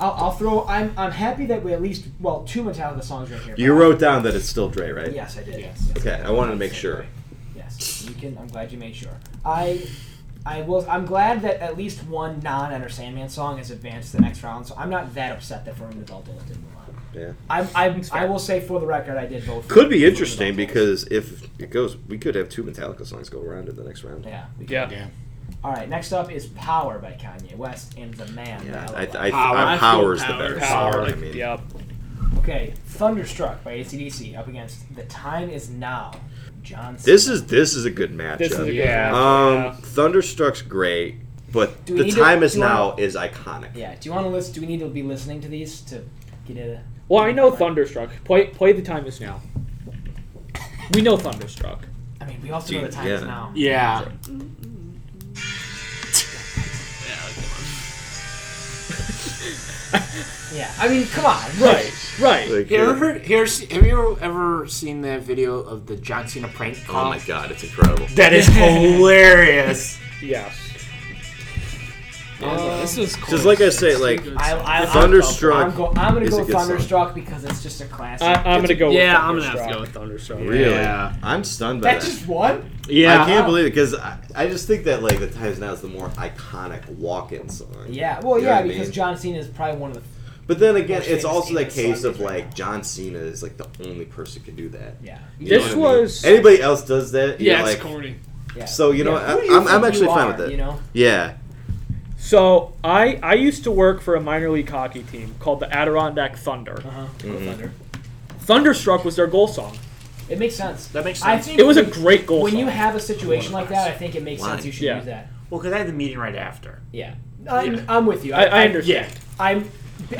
S2: I'll, I'll throw. I'm, I'm happy that we at least well two months out of the songs right here.
S5: You wrote down that it's still Dre, right?
S2: Yes, I did.
S7: Yes.
S5: Okay, I wanted to make sure.
S2: Yes, you can. I'm glad you made sure. I, I will. I'm glad that at least one non-Enter Sandman song has advanced to the next round. So I'm not that upset that Vermin Adult didn't move on.
S5: Yeah.
S2: I'm, I'm, I will say for the record, I did vote. For
S5: Could be
S2: Vermin
S5: interesting
S2: Adult.
S5: because if it goes, we could have two Metallica songs go around in the next round.
S2: Yeah. we-
S4: Yeah.
S7: Yeah.
S2: All right. Next up is Power by Kanye West and the Man.
S5: Yeah,
S2: by
S5: I,
S2: LL.
S5: I,
S4: Ah,
S5: I,
S7: Power.
S5: I, power's the
S3: Power,
S5: better
S3: power,
S5: song.
S4: Like,
S5: I mean,
S4: yep.
S2: okay. Thunderstruck by ACDC up against The Time Is Now. John. Cena.
S5: this is this is a good matchup.
S4: This is a good
S3: Yeah.
S5: um,
S4: yeah.
S5: Thunderstruck's great, but
S2: Do we
S5: the
S2: need to-
S5: time is
S2: do you wanna-
S5: now is iconic.
S2: Yeah. Do you want to list? Do we need to be listening to these to get a?
S4: Well, I know Thunderstruck. Play, play the time is now. We know Thunderstruck.
S2: I mean, we also
S5: Do
S2: know
S5: you-
S2: The Time Is
S5: yeah.
S2: Now.
S7: Yeah.
S2: Yeah. I mean, come on.
S4: Right, right.
S5: Like,
S7: Have you ever
S5: uh,
S7: heard, here's, have you ever seen that video of the John Cena prank call?
S5: oh my god, it's incredible.
S4: *laughs*
S7: That is hilarious.
S4: Yes.
S3: this is cool.
S5: Just like I say, like
S2: I, I,
S5: Thunderstruck
S2: I'm, go, I'm gonna
S5: is a
S2: go
S5: good song.
S2: Thunderstruck because it's just a classic.
S4: I, I'm gonna go.
S3: yeah,
S4: with
S3: I'm gonna have
S4: Thunderstruck.
S3: to go with Thunderstruck.
S5: really,
S7: Yeah.
S5: I'm stunned by
S2: that
S5: that.
S2: just one.
S7: Yeah.
S5: I can't believe it because I, I just think that like the times now is the more iconic walk-in song.
S2: Yeah. Well,
S5: You know what
S2: yeah,
S5: I mean?
S2: because John Cena is probably one of the.
S5: But then again,
S2: Most
S5: it's
S2: famous
S5: also that
S2: Cena
S5: case of
S2: celebrities right
S5: like John Cena is like the only person can do that.
S2: Yeah.
S5: You know
S4: This
S5: what I mean?
S4: was-
S5: anybody else does that. you're
S3: Yeah,
S5: like-
S3: it's corny.
S2: Yeah.
S5: So, you know
S2: Yeah,
S5: what,
S2: who do
S5: I-
S2: you
S5: I'm- I'm
S2: think
S5: actually
S2: you
S5: fine
S2: are,
S5: with it.
S2: You know.
S5: Yeah,
S4: So I I used to work for a minor league hockey team called the Adirondack Thunder.
S2: Uh huh.
S5: Mm-hmm.
S2: Thunder.
S4: Thunderstruck was their goal song.
S2: It makes sense.
S7: That makes
S2: I
S7: sense.
S2: think
S4: It was a
S2: when-
S4: great goal
S2: When
S4: song.
S2: you have a situation like that, I think it makes sense. You should
S4: Yeah.
S2: use that.
S7: well, because I had the meeting right after.
S2: Yeah. I'm, I'm with you.
S4: I, I understand.
S2: I'm.
S5: why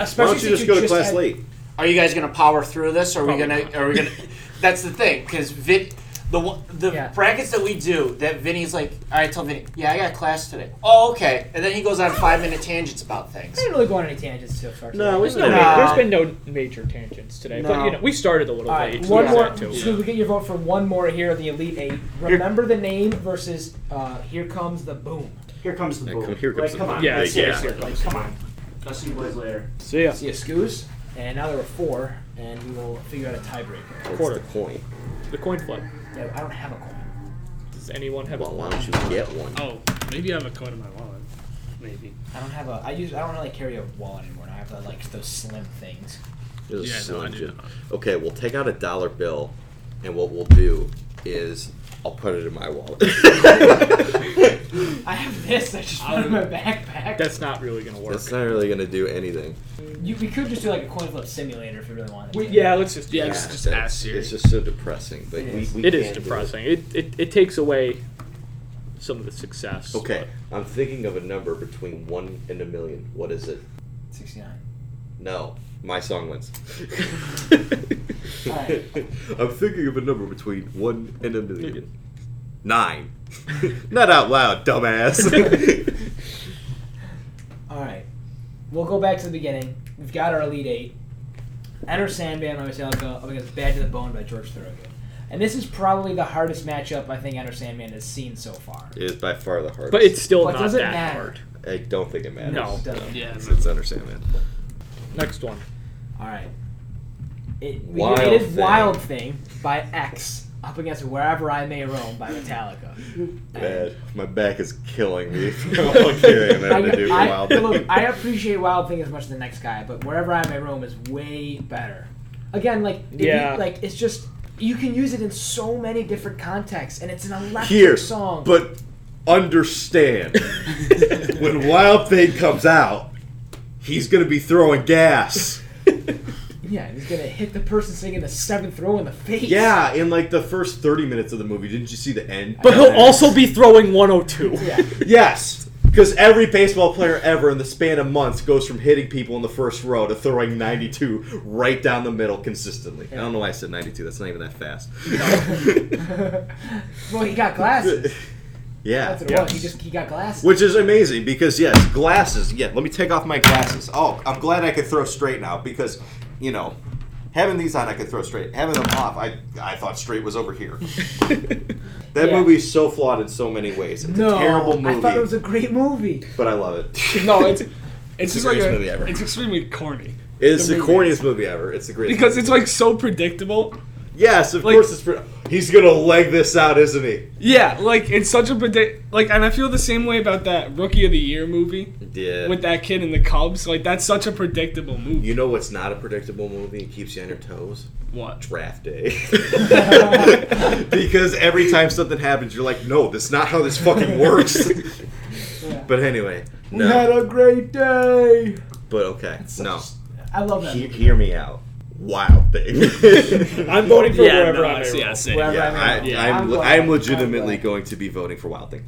S2: Especially
S5: don't you
S2: since
S5: just go to
S2: just
S5: class
S2: had-
S5: late?
S7: Are you guys gonna power through this? Or are we
S4: Probably
S7: gonna? Are we gonna? That's the thing, because Vin, the one- the
S2: Yeah.
S7: brackets that we do, that Vinny's like, I tell Vinny, yeah, I got class today. Oh, okay, and then he goes on five minute tangents about
S2: I
S7: things.
S2: didn't really go on any tangents so far.
S5: No,
S4: There's, no
S5: No.
S4: ma- there's been no major tangents today, but you
S7: No.
S4: know we started a little
S2: All
S4: late.
S2: right,
S4: so
S2: one
S4: there's
S2: more.
S4: that too.
S2: So we get your vote for one more here, the Elite Eight. Remember the name versus uh, Here Comes the Boom.
S7: Here comes the boom.
S5: here comes
S7: like,
S5: the
S7: come
S5: boom.
S7: on.
S4: Yeah,
S7: let's
S4: yeah.
S7: see this. Like, come on. I'll see you boys later.
S4: See ya.
S2: See ya, Scoos. And now there are four, and we will figure out a tiebreaker.
S5: It's
S4: quarter.
S5: the coin.
S4: The coin flip.
S2: Yeah, I don't have a coin.
S5: It's
S4: Does anyone have
S5: Well,
S4: a
S5: why don't you get one?
S3: Oh, maybe I have a card *laughs* in my wallet. Maybe.
S2: I don't have a. I use. I don't really carry a wallet anymore. I have uh, like those slim things. *laughs*
S5: It was
S3: Yeah, no,
S5: Slim
S3: I do
S5: Jim.
S3: not.
S5: Okay, we'll take out a dollar bill, and what we'll do is I'll put it in my wallet.
S2: I have this. I just put in
S4: Um,
S2: my backpack.
S4: That's not really gonna work.
S5: That's not really gonna do anything.
S2: You, we could just do like a coin flip simulator if you really wanted.
S4: We,
S2: to.
S4: yeah, let's just.
S3: Yeah, it's just
S5: that-
S3: ass Siri.
S5: It's just so depressing, but
S2: It
S5: we,
S2: is.
S5: we
S4: It is
S5: can't do
S4: depressing. It, it it takes away some of the success.
S5: Okay, I'm thinking of a number between one and a million. What is it?
S2: Sixty-nine.
S5: No, my song wins.
S2: *laughs* Alright.
S5: *laughs* I'm thinking of a number between one and a million.
S2: *laughs*
S5: Nine. Not out loud, dumbass.
S2: All right. We'll go back to the beginning. We've got our Elite Eight. Enter Sandman Lamiselka up against Bad to the Bone by George Thorogood. And this is probably the hardest matchup I think Enter Sandman has seen so far.
S5: it is by far the hardest.
S4: But it's still
S2: But
S4: not
S2: does it
S4: that
S2: matter?
S4: hard.
S5: I don't think it matters.
S4: No.
S2: it doesn't.
S3: Yeah.
S5: It's, it's Enter Sandman.
S4: Next one.
S2: All right. It, we
S5: Wild
S2: it is
S5: Thing.
S2: Wild Thing by X up against Wherever I May Roam by Metallica.
S5: Bad. My back is killing me. *laughs* okay, I'm having to do
S2: I- *laughs*
S5: wild.
S2: Look, I appreciate Wild Thing as much as the next guy, but Wherever I May Roam is way better. Again, like if you-
S4: Yeah.
S2: like it's just you can use it in so many different contexts, and it's an electric
S5: *laughs* Here,
S2: song.
S5: but
S2: *laughs*
S5: understand when Wild Thing comes out, he's gonna be throwing gas.
S2: yeah, and he's gonna hit the person singing the seventh row in the face.
S5: Yeah, in like the first 30 minutes of the movie. Didn't you see the end?
S4: But he'll also be throwing 102.
S2: yeah.
S5: Yes! Because every baseball player ever in the span of months goes from hitting people in the first row to throwing 92 right down the middle consistently. I don't know why I said 92. That's not even that fast.
S2: well, he got glasses.
S5: yeah.
S2: That's what it was. He just he got glasses.
S5: Which is amazing because yes, glasses. Yeah, let me take off my glasses. Oh, I'm glad I could throw straight now because, you know, having these on, I could throw straight. Having them off, I I thought straight was
S2: *laughs*
S5: over here. that
S2: Yeah.
S5: movie is so flawed in so many ways. It's
S2: no,
S5: a terrible movie,
S2: I thought it was a great movie.
S5: but
S2: *laughs*
S5: I love it.
S3: No, it's it's just like
S5: greatest
S3: a,
S5: movie ever.
S3: it's extremely corny
S5: It's the,
S3: The movie.
S5: corniest movie ever. It's the greatest.
S3: because it's like so predictable.
S5: yes, of
S3: like-
S5: course it's. Pre- He's gonna leg this out, isn't he?
S3: Yeah, like it's such a predict. Like, and I feel the same way about that Rookie of the Year movie
S5: Yeah.
S3: with that kid in the Cubs. Like, that's such a predictable movie.
S5: you know what's not a predictable movie and keeps you on your toes?
S3: What?
S4: *laughs*
S5: draft day. *laughs* because every time something happens, you're like, no, that's not how this
S4: *laughs*
S5: fucking works. But anyway, no.
S2: a great day.
S5: But okay, no.
S2: I love that.
S5: He-
S2: movie.
S5: hear me out. Wild
S2: *laughs*
S5: *laughs* thing.
S4: I'm voting for
S3: Yeah,
S4: wherever
S3: no,
S4: I
S3: I see. I see.
S2: Wherever
S5: yeah, I,
S2: I May Roam.
S5: I'm,
S2: glad.
S5: I'm legitimately
S2: glad.
S5: going to be voting for Wild Thing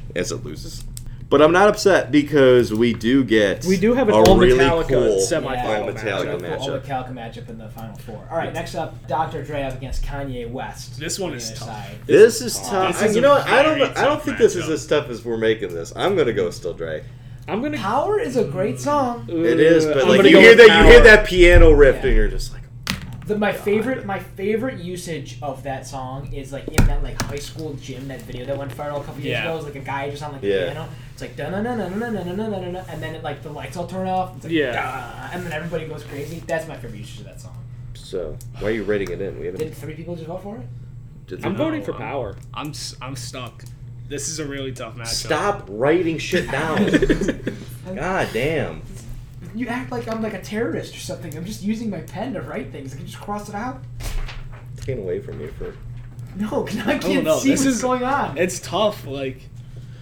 S5: *laughs* as it loses. But I'm not upset because we do get
S4: We do have an
S5: a
S4: all
S5: really
S4: Metallica
S5: cool
S4: semifinal
S5: all Metallica
S4: matchup.
S2: Well, All the
S5: matchup.
S2: Calca matchup in the final four. All right, next up, Dr. Dre up against Kanye West.
S3: This one
S2: On the
S3: is
S2: other
S3: tough.
S2: side.
S5: This is tough.
S3: This is
S5: you know,
S3: a
S5: what? I don't.
S3: very
S5: know- I don't
S3: tough
S5: think this is
S3: matchup.
S5: as tough as we're making this. I'm gonna go still Dre.
S4: I'm gonna.
S2: Power is a great song.
S5: It is, but
S4: I'm
S5: like
S4: gonna
S5: you
S4: go
S5: hear
S4: with
S5: that, you hear
S4: Power.
S5: that piano riff,
S2: Yeah.
S5: and you're just like,
S2: The, my favorite, my favorite usage of that song is like in that like high school gym that video that went viral a couple years
S3: Yeah.
S2: ago. It was like a guy just on like the
S5: Yeah.
S2: piano. It's like na na na na na na na na na, and then it, like the lights all turn off. It's like,
S4: Yeah.
S2: "Duh," and then everybody goes crazy. That's my favorite usage of that song.
S5: so why are you rating it in? We haven't.
S2: Did three people just vote for it?
S5: did
S4: I'm
S5: the-
S4: voting for
S3: I'm-
S5: *laughs*
S4: power. *laughs*
S3: I'm s- I'm stuck. This is a really tough matchup.
S5: Stop writing shit down. God damn.
S2: You act like I'm like a terrorist or something. I'm just using my pen to write things. I can just cross it out.
S5: Taking away from me for.
S2: No, 'cause I
S3: don't
S2: can't
S3: know.
S2: see
S3: This
S2: what's
S3: is-
S2: going on.
S3: It's tough. Like,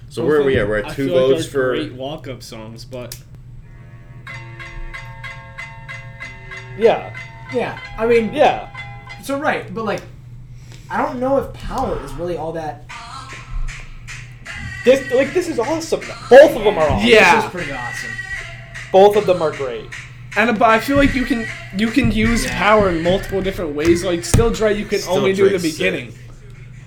S5: So where are we at? We're
S3: I
S5: at two
S3: feel like
S5: votes
S3: they're
S5: for.
S3: great walk-up songs, but
S4: Yeah,
S2: Yeah, I mean,
S4: yeah.
S2: So right, but like, I don't know if power is really all that.
S4: This like this is awesome. Both of them are awesome.
S2: this is pretty awesome.
S4: Both of them are great.
S3: and but I feel like you can you can use
S2: Yeah.
S3: power in multiple different ways. Like, still Dre, you can
S5: Still
S3: only do
S5: Dre's
S3: the
S5: sick.
S3: beginning.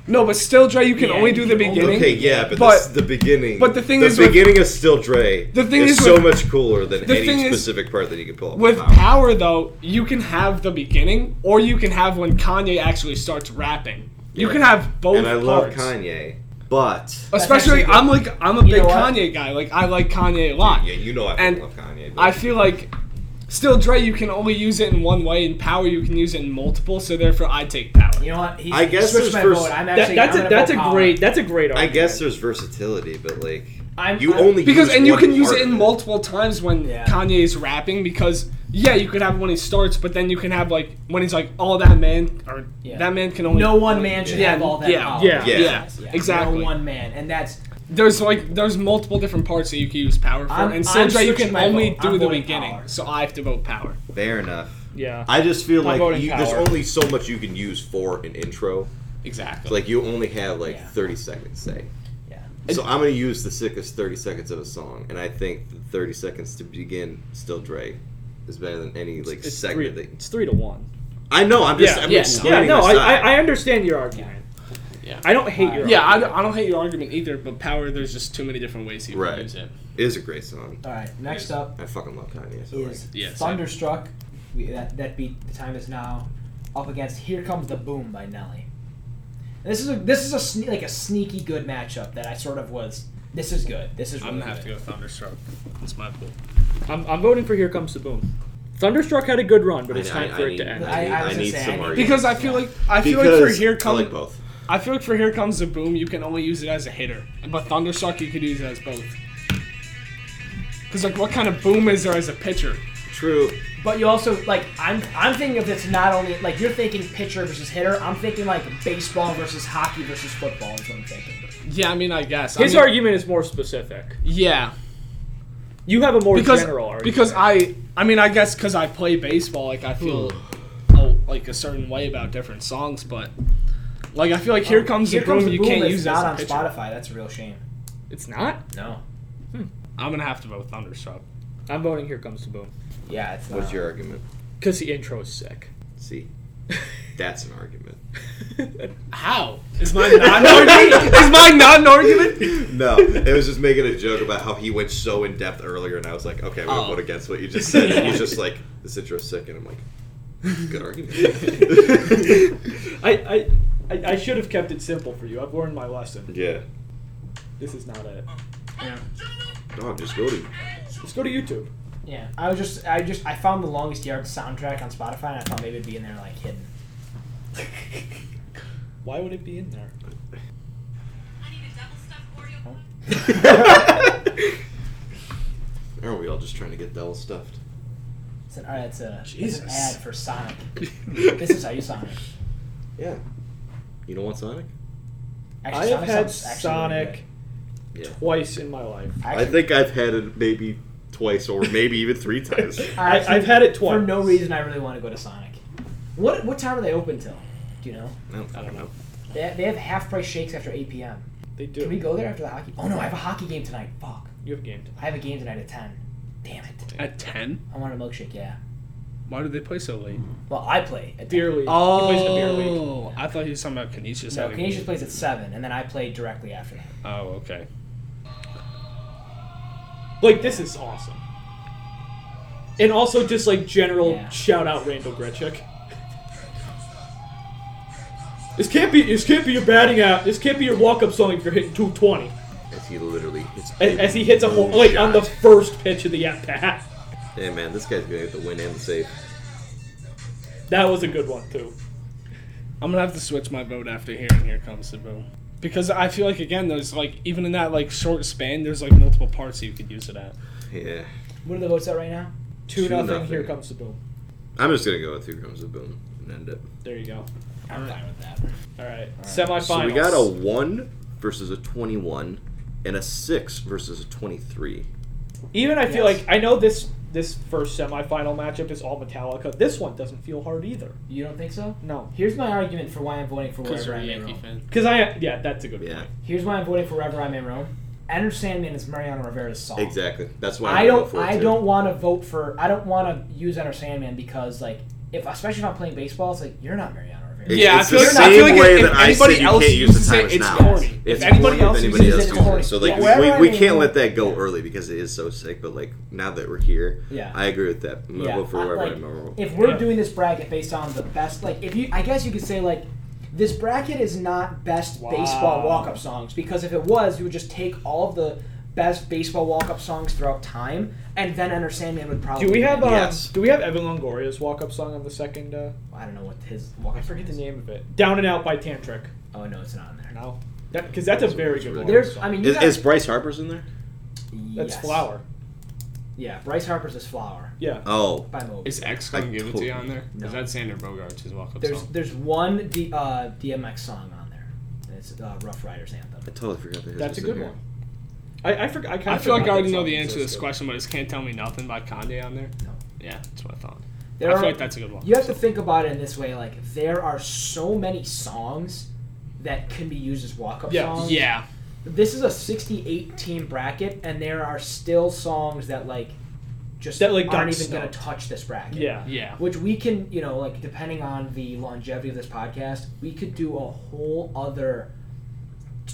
S3: No, but still Dre, you can
S2: Yeah,
S3: only
S2: you
S3: do the
S2: can only-
S3: beginning.
S5: Okay, yeah, but,
S3: But-
S5: this, the beginning.
S3: but the thing is
S5: the
S3: with-
S5: beginning of Still Dre.
S3: The thing
S5: is,
S3: is
S5: so
S3: with-
S5: much cooler than
S3: the thing
S5: any
S3: is-
S5: specific part that you could pull up.
S3: With
S5: now.
S3: power though, you can have the beginning, or you can have when Kanye actually starts rapping. You
S5: Yeah.
S3: can have both.
S5: and I love
S3: parts.
S5: Kanye, but
S3: Especially,
S2: That's actually
S3: I'm like I'm a
S2: know
S3: big
S2: what?
S3: Kanye guy. Like I like Kanye a lot.
S5: yeah, you know I
S3: And
S5: fucking love Kanye. but-
S3: I feel like Still, Dre, you can only use it in one way, and power you can use it in multiple. So therefore, I take power.
S2: You know what? He's,
S5: I guess
S2: switched
S5: this
S2: my
S5: first-
S2: vote. I'm
S4: That,
S2: actually.
S4: that's
S2: I'm
S4: a
S2: gonna
S4: that's a
S2: vote Colin.
S4: great that's a great
S8: I
S4: argument.
S8: guess there's versatility, but like
S2: I'm,
S8: you
S2: I'm-
S8: only
S3: Because and you
S8: one
S3: can use it
S8: part
S3: in
S8: of
S3: multiple times when
S2: Yeah.
S3: Kanye is rapping. Because yeah, you could have when he starts, but then you can have like when he's like, "All that man or
S2: Yeah.
S3: that man can only."
S2: No one man should
S3: Yeah,
S2: have all that
S3: yeah,
S2: power.
S4: yeah,
S5: Yeah.
S3: yeah, exactly.
S2: No one man, and that's
S3: There's like there's multiple different parts that you can use power for,
S2: I'm-
S3: and still
S2: I'm
S3: Dre, you
S2: switching
S3: can
S2: my
S3: only
S2: vote.
S3: do
S2: I'm
S3: the
S2: voting
S3: beginning.
S2: power.
S3: So I have to vote power.
S8: fair enough.
S4: yeah.
S5: I just feel
S3: My
S5: like
S3: voting
S5: you, there's
S3: power.
S5: only so much you can use for an intro.
S3: Exactly.
S5: It's like you only have like
S2: Yeah.
S5: 30 seconds, say.
S2: yeah.
S5: So I'm gonna use the sickest 30 seconds of a song, and I think the 30 seconds to begin still Dre is better than any like
S4: it's three,
S5: segment. that-
S4: it's three to one.
S5: I know. I'm just. I'm
S3: Yeah.
S4: Yeah,
S5: explaining
S4: no,
S5: the
S4: I,
S5: side.
S4: I I understand your argument.
S3: Yeah.
S4: I don't hate your
S3: Yeah, I,
S4: argument.
S3: don't- I don't hate your argument either, but power, there's just too many different ways you can
S5: Right.
S3: use it.
S5: It is a great song.
S2: All right. Next up
S5: I fucking love Kanye. So like,
S2: is
S3: Yeah, same.
S2: Thunderstruck. We, that that beat. The time is now. Up against Here Comes the Boom by Nelly. And this is a this is a sne- like a sneaky good matchup that I sort of was. This is good. This is. Really
S3: I'm gonna have
S2: good.
S3: to go Thunderstruck. That's my vote.
S4: I'm, I'm voting for Here Comes the Boom. Thunderstruck had a good run, but
S5: I-
S4: it's
S5: I-
S4: time
S5: I
S4: for it
S5: need-
S4: to end.
S2: I- I was
S5: I
S2: gonna
S5: need
S2: say, I
S5: some
S2: need-
S5: more.
S3: Because I feel like I feel like for
S5: Because
S3: here
S5: I
S3: comes
S5: like both.
S3: I feel like for here comes the boom, you can only use it as a hitter, but Thunderstruck you could use it as both. Cause like, what kind of boom is there as a pitcher?
S5: True.
S2: But you also like I'm I'm thinking of this not only like you're thinking pitcher versus hitter. I'm thinking like baseball versus hockey versus football is what I'm thinking.
S3: Yeah, I mean, I guess I
S4: His
S3: mean,
S4: argument is more specific.
S3: Yeah,
S4: You have a more
S3: because
S4: general argument.
S3: because I I mean I guess because I play baseball, like I feel oh, like a certain way about different songs, but like I feel like here comes
S2: Here
S3: the boom,
S2: comes the
S3: you
S2: boom
S3: can't
S2: is
S3: use it
S2: not
S3: as a
S2: on
S3: pitcher.
S2: Spotify. That's a real shame.
S3: It's not.
S2: No.
S3: I'm gonna have to vote Thunderstruck.
S4: I'm voting Here Comes the Boom.
S2: Yeah, it's uh, not.
S5: What's your argument?
S4: Because the intro is sick.
S5: See, that's an argument. *laughs*
S3: How is my not an argument? Is my not an argument?
S5: No, it was just making a joke about how he went so in depth earlier, and I was like, okay, I'm gonna
S3: Oh.
S5: vote against what you just said. And he's just like, this intro's sick, and I'm like, good
S3: *laughs*
S5: argument.
S4: I, I, I, I should have kept it simple for you. I've learned my lesson.
S5: yeah.
S4: This is not it.
S5: No, just go
S3: *laughs*
S5: to.
S4: Let's go to YouTube.
S2: Yeah, I was just I just I found the longest yard soundtrack on Spotify, and I thought maybe it'd be in there like hidden.
S4: Why would it be in there?
S5: Aren't we all just trying to get double stuffed?
S2: It's an uh, it's a it's an
S3: Jesus.
S2: ad for Sonic. this is how you Sonic.
S5: Yeah. You don't want Sonic?
S2: Actually,
S4: I
S2: Sonic
S4: have had
S2: sounds actually really
S4: Sonic
S5: Yeah.
S4: twice in my life.
S2: good.
S5: I
S2: Actually,
S5: think I've had it maybe twice or maybe even three
S4: *laughs*
S5: times.
S4: I,
S2: actually,
S4: I've had it
S2: for
S4: twice.
S2: no reason. I really want to go to Sonic. What what time are they open till? Do you know?
S5: I don't, know.
S2: They, they have half price shakes after 8 p.m.
S4: They do.
S2: Can we go there after the hockey? Oh no, I have a hockey game tonight. Fuck.
S4: You have a game.
S2: I have a game tonight at 10. Damn it.
S3: At ten?
S2: I want a milkshake, yeah.
S3: Why do they play so late?
S2: Well, I play at 10.
S4: Beer league.
S3: Oh,
S4: He plays in the beer league.
S3: I thought he was talking about Canisius.
S2: No,
S3: having-
S2: Canisius plays at 7, and then I play directly after that.
S3: Oh, okay.
S4: Like this is awesome. And also just like general
S2: Yeah.
S4: shout out Randall Gretchick. This can't be this can't be your batting out. This can't be your walk up song if you're hitting 220.
S5: As he literally hits.
S4: As, as he hits a hole like on the first pitch of the at bat.
S5: Yeah, man, this guy's gonna get the win and the save.
S4: That was a good one too.
S3: I'm gonna have to switch my vote after hearing "Here Comes the Boom" because I feel like again, there's like even in that like short span, there's like multiple parts you could use it at.
S5: Yeah.
S2: What are the votes at right now?
S4: Two,
S5: Two
S4: nothing,
S5: nothing.
S4: Here comes the boom.
S5: I'm just gonna go with Here Comes the Boom and end it.
S4: There you go.
S2: I'm fine with that.
S4: All right. Semifinals.
S5: So we got a 1 versus a 21 and a 6 versus a 23.
S4: Even I feel
S2: Yes.
S4: like I know this this first semifinal matchup is all Metallica. This one doesn't feel hard either.
S2: You don't think so?
S4: No.
S2: Here's my argument for why I'm voting for Wherever I May Roam.
S3: fan.
S4: Because I yeah, that's a good
S5: Yeah,
S4: point.
S2: Here's why I'm voting for Wherever I May Roam. Enter Sandman is Mariano Rivera's song.
S5: exactly. That's why I'm
S2: I
S5: gonna
S2: don't.
S5: go for it,
S2: I
S5: too.
S2: don't want to vote for. I don't want to use Enter Sandman because, like, if especially if I'm playing baseball, it's like you're not Mariano Rivera.
S5: It-
S3: Yeah,
S5: it's
S3: I feel
S5: the
S3: like- I
S5: same
S3: feel like if-
S5: way
S3: if
S5: that I
S3: anybody
S5: said you
S3: else
S5: can't use
S3: uses
S5: the
S3: it,
S5: time is
S3: it's
S5: now.
S3: corny.
S5: It's
S3: If anybody
S5: corny
S3: else
S5: anybody
S2: uses it, it's
S5: else uses
S2: corny.
S5: So like
S2: Yeah. Wherever
S5: we, we
S2: I
S5: can't
S2: may-
S5: let that go early because it is so sick. But like now that we're here,
S2: Yeah.
S5: I agree with that. I'm gonna
S2: Yeah,
S5: vote for
S2: I-
S5: wherever
S2: like,
S5: I'm gonna roll.
S2: If we're doing this bracket based on the best, like if you, I guess you could say like this bracket is not best baseball walk-up songs because if it was, you would just take all of the best baseball walk-up songs throughout time, and then Enter Sandman would probably.
S4: Do we have
S2: win.
S4: um,
S5: Yes.
S4: Do we have Evan Longoria's walk-up song on the second? Uh,
S2: I don't know what his walk-up.
S4: I forget
S2: song
S4: the
S2: is.
S4: name of it. Down and Out by Tantric.
S2: Oh no, it's not in there.
S4: No, because that's a very good one.
S2: There's, I mean, you
S5: Is,
S2: got-
S5: is Bryce Harper's in there?
S4: That's
S2: yes.
S4: Flower.
S2: Yeah, Bryce Harper's is Flower
S4: Yeah.
S5: Oh,
S2: by Moby.
S11: Is X gonna
S5: I
S11: give it to
S5: totally-
S11: you on there?
S2: No.
S11: Is that Sander Bogart's his walk up
S2: There's
S11: song?
S2: there's one D, uh, DMX song on there. And it's uh, Rough Riders anthem.
S5: I totally forgot that. his
S4: That's a
S5: was
S4: good
S5: in
S4: one. I I, forg- I kind
S11: I
S4: of
S11: feel like I already know the answer to this question, but it's Can't Tell Me Nothing by Kanye on there.
S2: No.
S11: Yeah, that's what I thought.
S2: There
S11: I
S2: are-
S11: feel like that's a good one.
S2: You have to think about it in this way: like there are so many songs that can be used as walk-up
S4: Yeah.
S2: songs.
S11: Yeah.
S2: This is a 68 team bracket, and there are still songs that like just
S4: That, like, got
S2: aren't even gonna
S4: snubbed.
S2: touch this bracket.
S4: Yeah.
S11: Yeah.
S2: Which we can, you know, like depending on the longevity of this podcast, we could do a whole other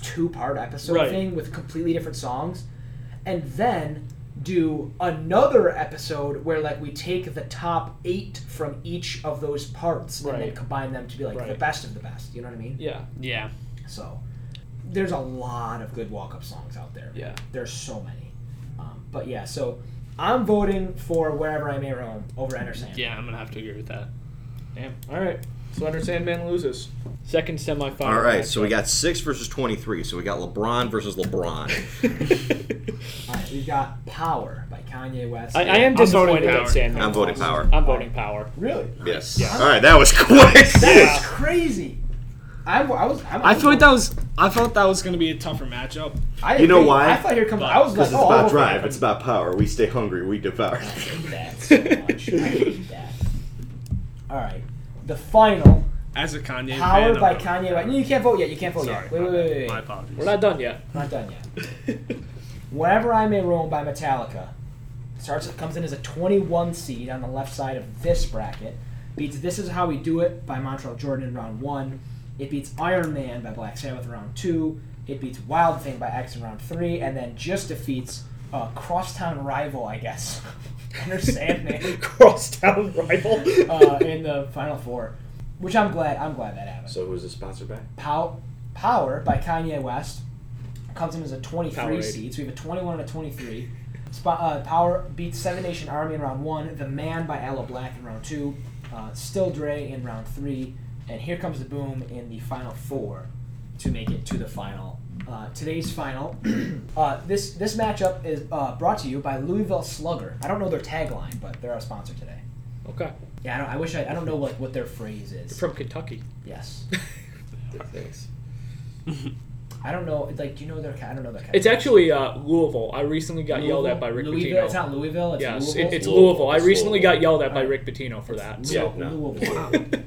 S2: two-part episode
S4: Right.
S2: thing with completely different songs, and then do another episode where like we take the top eight from each of those parts and then
S4: Right.
S2: combine them to be like the
S4: Right.
S2: best of the best. You know what I mean?
S4: Yeah.
S11: Yeah.
S2: So there's a lot of good walk-up songs out there.
S4: Yeah.
S2: There's so many. Um, but yeah, so I'm voting for wherever I may roam over Enter Sandman.
S11: Yeah, I'm gonna have to agree with that.
S4: Damn. All right. So Under Sandman loses. Second semifinal.
S5: All right, so we got six versus twenty-three. So we got LeBron versus LeBron.
S2: All right, we've got Power by Kanye West.
S4: I, I am disappointed
S11: voting
S4: that
S11: power.
S4: Sandman.
S5: I'm voting
S4: lost.
S5: power.
S4: I'm voting power.
S2: really.
S5: Yes. All right, that was *laughs* quick.
S2: That's crazy. I, w- I was. I'm,
S3: I feel like that was. I thought that was gonna be a tougher matchup.
S2: I
S5: You know
S2: agree.
S5: why?
S2: I thought here comes. I was like,
S5: *laughs* Because it's
S2: oh,
S5: about
S2: I'll vote for
S5: drive.
S2: him.
S5: It's about power. We stay hungry. We devour.
S2: I hate that so much. I hate that. All right, the final
S3: As a Kanye fan,
S2: Power
S3: I'm
S2: by
S3: voting-
S2: Kanye West. No, you can't vote yet. You can't vote
S11: Sorry.
S2: yet. Wait, wait, wait, wait,
S11: My
S2: wait.
S11: apologies.
S4: We're not done yet.
S2: Not done yet. Whenever I May Roam by Metallica starts comes in as a 21 seed on the left side of this bracket. Beats This Is How We Do It by Montreal Jordan in round one. It beats Iron Man by Black Sabbath in round two. It beats Wild Thing by X in round three, and then just defeats a crosstown rival, I guess. *laughs* Enter Sandman
S4: Crosstown rival. *laughs*
S2: uh, in the final four, which I'm glad. I'm glad that happened.
S7: So who's the sponsor by?
S2: Pow- Power by Kanye West comes in as a 23
S4: Powerade.
S2: seed, so we have a 21 and a 23. Spot, uh, Power beats Seven Nation Army in round one, The Man by Aloe Black in round two, uh, Still Dre in round three, and Here Comes the Boom in the final four to make it to the final. Uh, today's final. *clears throat* uh, this this matchup is uh, brought to you by Louisville Slugger. I don't know their tagline, but they're our sponsor today.
S4: okay.
S2: Yeah, I, don't, I wish I, I don't know like what their phrase is.
S4: From Kentucky.
S2: Yes. I don't know. it's Like, do you know their? ca- I don't know their.
S4: It's
S2: ca-
S4: actually uh, Louisville. I recently got yelled
S2: Louisville?
S4: at by Rick
S2: Louisville.
S4: Pitino.
S2: It's not Louisville. It's
S4: yes,
S2: Louisville.
S4: it, it's
S5: Louisville.
S4: Louisville. I
S5: It's
S4: recently
S5: Louisville.
S4: got yelled at by Rick Pitino for that. So,
S5: no.
S2: Louisville.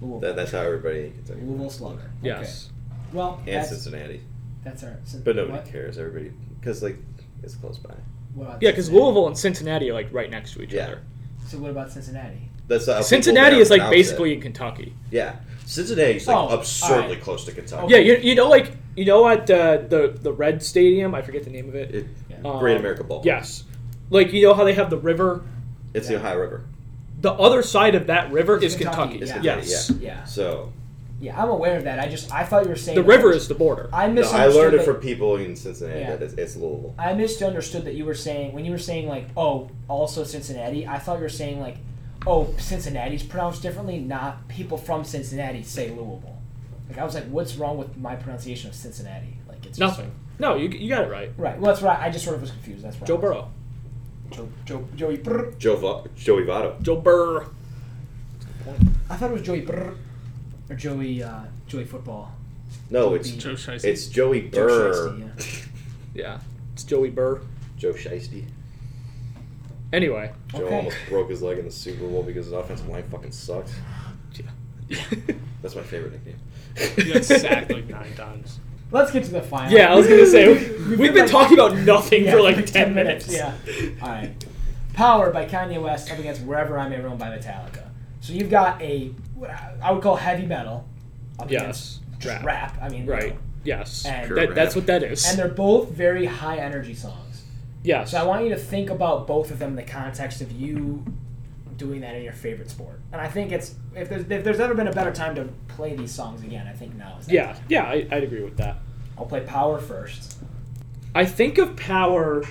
S2: Louisville.
S8: That, that's how everybody in Kentucky.
S2: Louisville Slugger.
S4: yes.
S2: Okay. Well,
S8: And
S2: that's,
S8: Cincinnati.
S2: that's our. Sin-
S8: But nobody
S2: what?
S8: cares. Everybody. Because, like, it's close by.
S2: What about
S4: Yeah, because
S2: Cincinnati?
S4: Louisville and Cincinnati are like right next to each
S8: Yeah.
S4: other.
S2: So what about Cincinnati?
S8: That's how people
S4: Cincinnati
S8: there
S4: is like
S8: pronounce it.
S4: basically in Kentucky.
S8: Yeah. Cincinnati's, like,
S2: Oh, all
S8: absurdly
S2: right.
S8: close to Kentucky.
S4: Yeah, you, you know like you know at uh, the the Red Stadium. I forget the name of it.
S8: It-
S4: Um,
S8: Great America Bowl.
S4: Yes, like you know how they have the river.
S8: It's the Ohio River.
S4: The other side of that river is
S2: Kentucky,
S4: Kentucky.
S2: It's
S8: Cincinnati,
S4: Yes,
S8: Yeah.
S2: Yeah.
S8: So,
S2: Yeah, I'm aware of that. I just I thought you were saying
S4: the
S2: that I
S4: river
S2: just-
S4: is the border.
S2: I
S8: no, I
S2: misunderstood.
S8: learned it
S2: that-
S8: from people in Cincinnati
S2: Yeah.
S8: that it's, it's Louisville.
S2: I misunderstood that you were saying when you were saying like oh also Cincinnati. I thought you were saying like oh Cincinnati's pronounced differently. Not people from Cincinnati say Louisville. Like I was like, what's wrong with my pronunciation of Cincinnati? Like it's just-
S4: Nothing. No, you, you got it right.
S2: right. Well, that's right. I just sort of was confused. That's right.
S4: Joe Burrow.
S2: Joe, Joe, Joey. Brr.
S8: Joe Va- Joey Votto.
S4: Joe Burr. *laughs*
S2: I thought it was Joey Brr or Joey uh, Joey football.
S8: No, it's
S2: Joey-
S11: Joe Shiesty.
S8: it's Joey
S2: Joe
S8: Burr.
S2: Shiesty, yeah.
S4: Yeah, it's Joey Burr.
S8: Joe Shiesty.
S4: Anyway,
S8: Joe
S2: Okay.
S8: almost broke his leg in the Super Bowl because his offensive line fucking sucked.
S5: *laughs*
S8: That's my favorite nickname.
S11: He got sacked like nine times.
S2: Let's get to the final.
S4: yeah, I was
S2: *laughs*
S4: gonna say we, we've been
S2: like-
S4: talking about nothing
S2: Yeah,
S4: for like ten minutes.
S2: Yeah. All right. Power by Kanye West up against Wherever I May Roam by Metallica. So you've got a what I I would call heavy metal up
S4: Yes.
S2: against
S4: Rap.
S2: rap. I mean, you
S4: Right.
S2: know.
S4: Yes.
S2: And-
S4: That- that's what that is.
S2: and they're both very high energy songs.
S4: yes.
S2: So I want you to think about both of them in the context of you doing that in your favorite sport. And I think it's if there's if there's ever been a better time to play these songs again, I think now is. that
S4: yeah.
S2: time.
S4: Yeah. I, I'd agree with that.
S2: I'll play Power first.
S4: I think of power.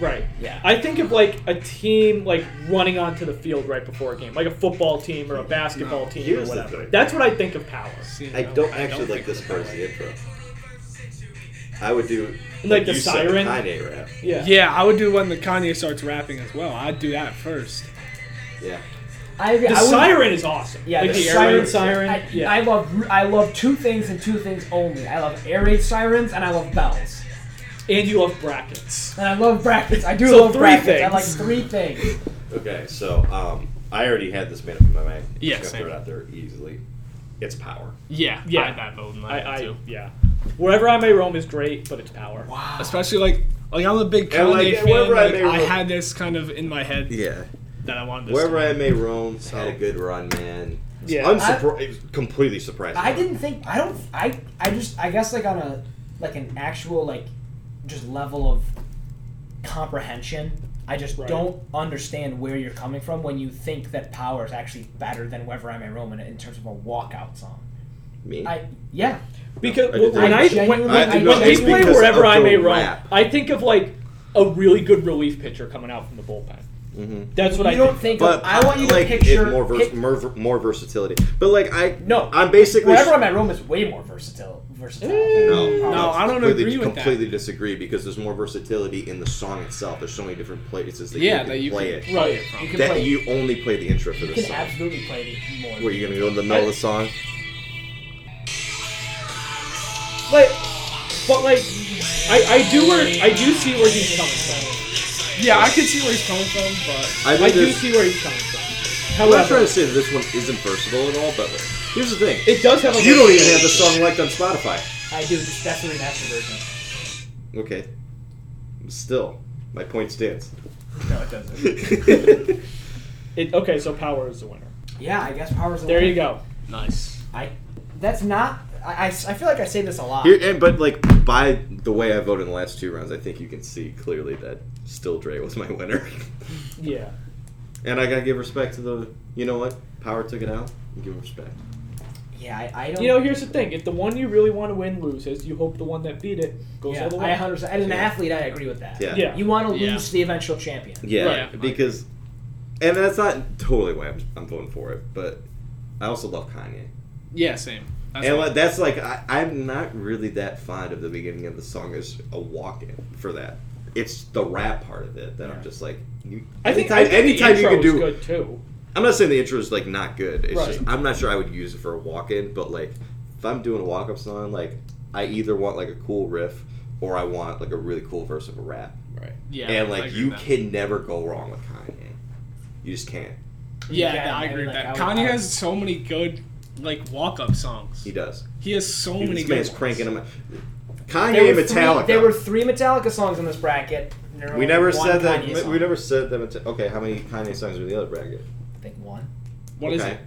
S4: Right.
S2: Yeah.
S4: I think of like a team like running onto the field right before a game, like a football team or a basketball team
S5: Here's
S4: or
S5: the
S4: whatever.
S5: thing.
S4: That's what I think of power.
S3: You
S5: *laughs* I
S3: know,
S5: don't actually
S3: think
S5: like this
S3: it's
S5: part as
S3: that
S5: the
S3: way.
S5: intro. I would do
S4: Like the
S5: you said,
S4: siren?
S5: Kanye rap.
S4: Yeah.
S3: Yeah, I would do when the Kanye starts rapping as well. I'd do that first.
S5: Yeah.
S2: I, agree.
S4: The
S2: I would-
S4: siren is awesome.
S2: Yeah,
S4: Like
S2: the
S4: the, air
S2: siren-
S4: raid siren.
S2: I,
S4: yeah.
S2: I love I love two things and two things only. I love air raid sirens and I love bells.
S4: and you love brackets.
S2: And I love brackets. I do
S4: So
S2: love
S4: three
S2: brackets. I
S4: things.
S2: like three things.
S5: Okay, so um, I already had this made up in my mind.
S3: Yeah,
S5: Just
S3: same.
S5: gonna throw it out there easily. It's power.
S3: Yeah,
S4: Yeah.
S3: I'd that vote in my
S4: I,
S3: vote,
S4: I
S3: too.
S4: yeah. Wherever I may roam is great, but it's power.
S3: Especially like like I'm a big
S5: And,
S3: Kanye
S5: like,
S3: fan.
S5: wherever I
S3: like,
S5: may
S3: I
S5: roam-
S3: had this kind of in my head
S5: Yeah.
S3: that I wanted. This
S5: Wherever
S3: to
S5: I may roam had a good run, man.
S4: Yeah.
S5: Unsurpri- it was completely surprising.
S2: I didn't think I don't I I just I guess like on a like an actual like just level of comprehension. I just don't understand where you're coming from when you think that power is actually better than wherever I'm in Roman in terms of a walkout song.
S5: Me.
S2: I yeah.
S4: Because
S5: I didn't
S4: when I,
S2: think
S4: when,
S2: so.
S4: when,
S2: I think no,
S4: when they
S2: it's
S4: play
S5: because
S4: wherever
S5: of
S4: I
S5: the
S4: may roam,
S5: rap.
S4: I think of like a really good relief pitcher coming out from the bullpen.
S5: Mm-hmm.
S4: That's what I
S2: You don't
S4: of.
S2: think
S5: but
S2: of, I want you to
S5: like, it
S2: picture
S5: more, vers-
S2: pic-
S5: more more versatility. But like I
S2: No.
S5: I'm basically
S2: wherever I'm at Rome is way more versatile versatile.
S5: No,
S3: No, I don't
S5: completely,
S3: agree with that.
S5: completely disagree because there's more versatility in the song itself. There's so many different places that
S3: Yeah,
S5: you can
S3: that you
S5: play
S3: can
S5: it.
S3: play it from.
S2: You can
S5: That
S2: play
S5: you only play the intro for
S2: you
S5: this
S2: can
S5: song.
S2: absolutely play the more.
S5: Where you're gonna go in the middle of the song?
S4: But but like I, I do where I do see where he's coming from.
S3: Yeah, I can see where he's coming from, but
S5: I
S4: I
S5: think
S4: do
S5: there's-
S4: see where he's coming from.
S5: I'm not
S4: However,
S5: trying to say that this one isn't versatile at all, but like, here's the thing:
S4: it does have a
S5: you don't even have the song liked on Spotify.
S2: I do just that's the remastered version.
S5: Okay, still, my point stands.
S2: No, it doesn't.
S4: It, okay, so power is the winner.
S2: Yeah, I guess powers.
S4: There you go.
S3: nice.
S2: I. That's not. I, I, I feel like I say this a lot.
S5: *laughs* Here, and but like by the way I voted in the last two rounds, I think you can see clearly that Still Dre was my winner. *laughs*
S4: Yeah.
S5: and I gotta give respect to the you know what? Power took it out. Give him respect.
S2: Yeah, I, I don't.
S4: You know, here's the thing: if the one you really want to win loses, you hope the one that beat it goes
S2: yeah,
S4: all the way.
S2: I 100. As an
S5: Yeah.
S2: athlete, I agree with that.
S5: Yeah.
S4: Yeah.
S2: You want to
S3: Yeah.
S2: lose to the eventual champion.
S5: Yeah.
S3: Right.
S5: Because and that's not totally why I'm, I'm voting for it, but I also love Kanye.
S3: Yeah, same. That's
S5: and
S3: what-
S5: like, that's like I, I'm not really that fond of the beginning of the song as a walk in for that. It's the rap part of it that I'm just like you,
S4: I think
S5: anytime,
S4: I think
S5: anytime
S4: the
S5: you
S4: intro
S5: can
S4: is
S5: do
S4: good too.
S5: I'm not saying the intro is like not good. It's just
S4: Right.
S5: I'm not sure I would use it for a walk in, but like if I'm doing a walk up song, like I either want like a cool riff or I want like a really cool verse of a rap.
S3: Right. Yeah.
S5: and
S3: I
S5: like
S3: agree
S5: you
S3: with that.
S5: can never go wrong with Kanye. You just can't.
S3: Yeah,
S2: Yeah,
S3: I
S2: and,
S3: agree with
S2: like,
S3: that.
S2: I would-
S3: Kanye has so many good like walk up songs.
S5: He does.
S3: He has so
S5: Dude,
S3: many
S5: this
S3: good
S5: man's
S3: ones.
S5: cranking him. Kanye
S2: were
S5: Metallica.
S2: Three, there were three Metallica songs in this bracket. and there were
S5: we never
S2: one
S5: said that.
S2: Kanye
S5: we-
S2: song.
S5: We never said that. Meta- okay, how many Kanye songs were in the other bracket?
S2: I think one.
S3: What is
S5: okay.
S3: it?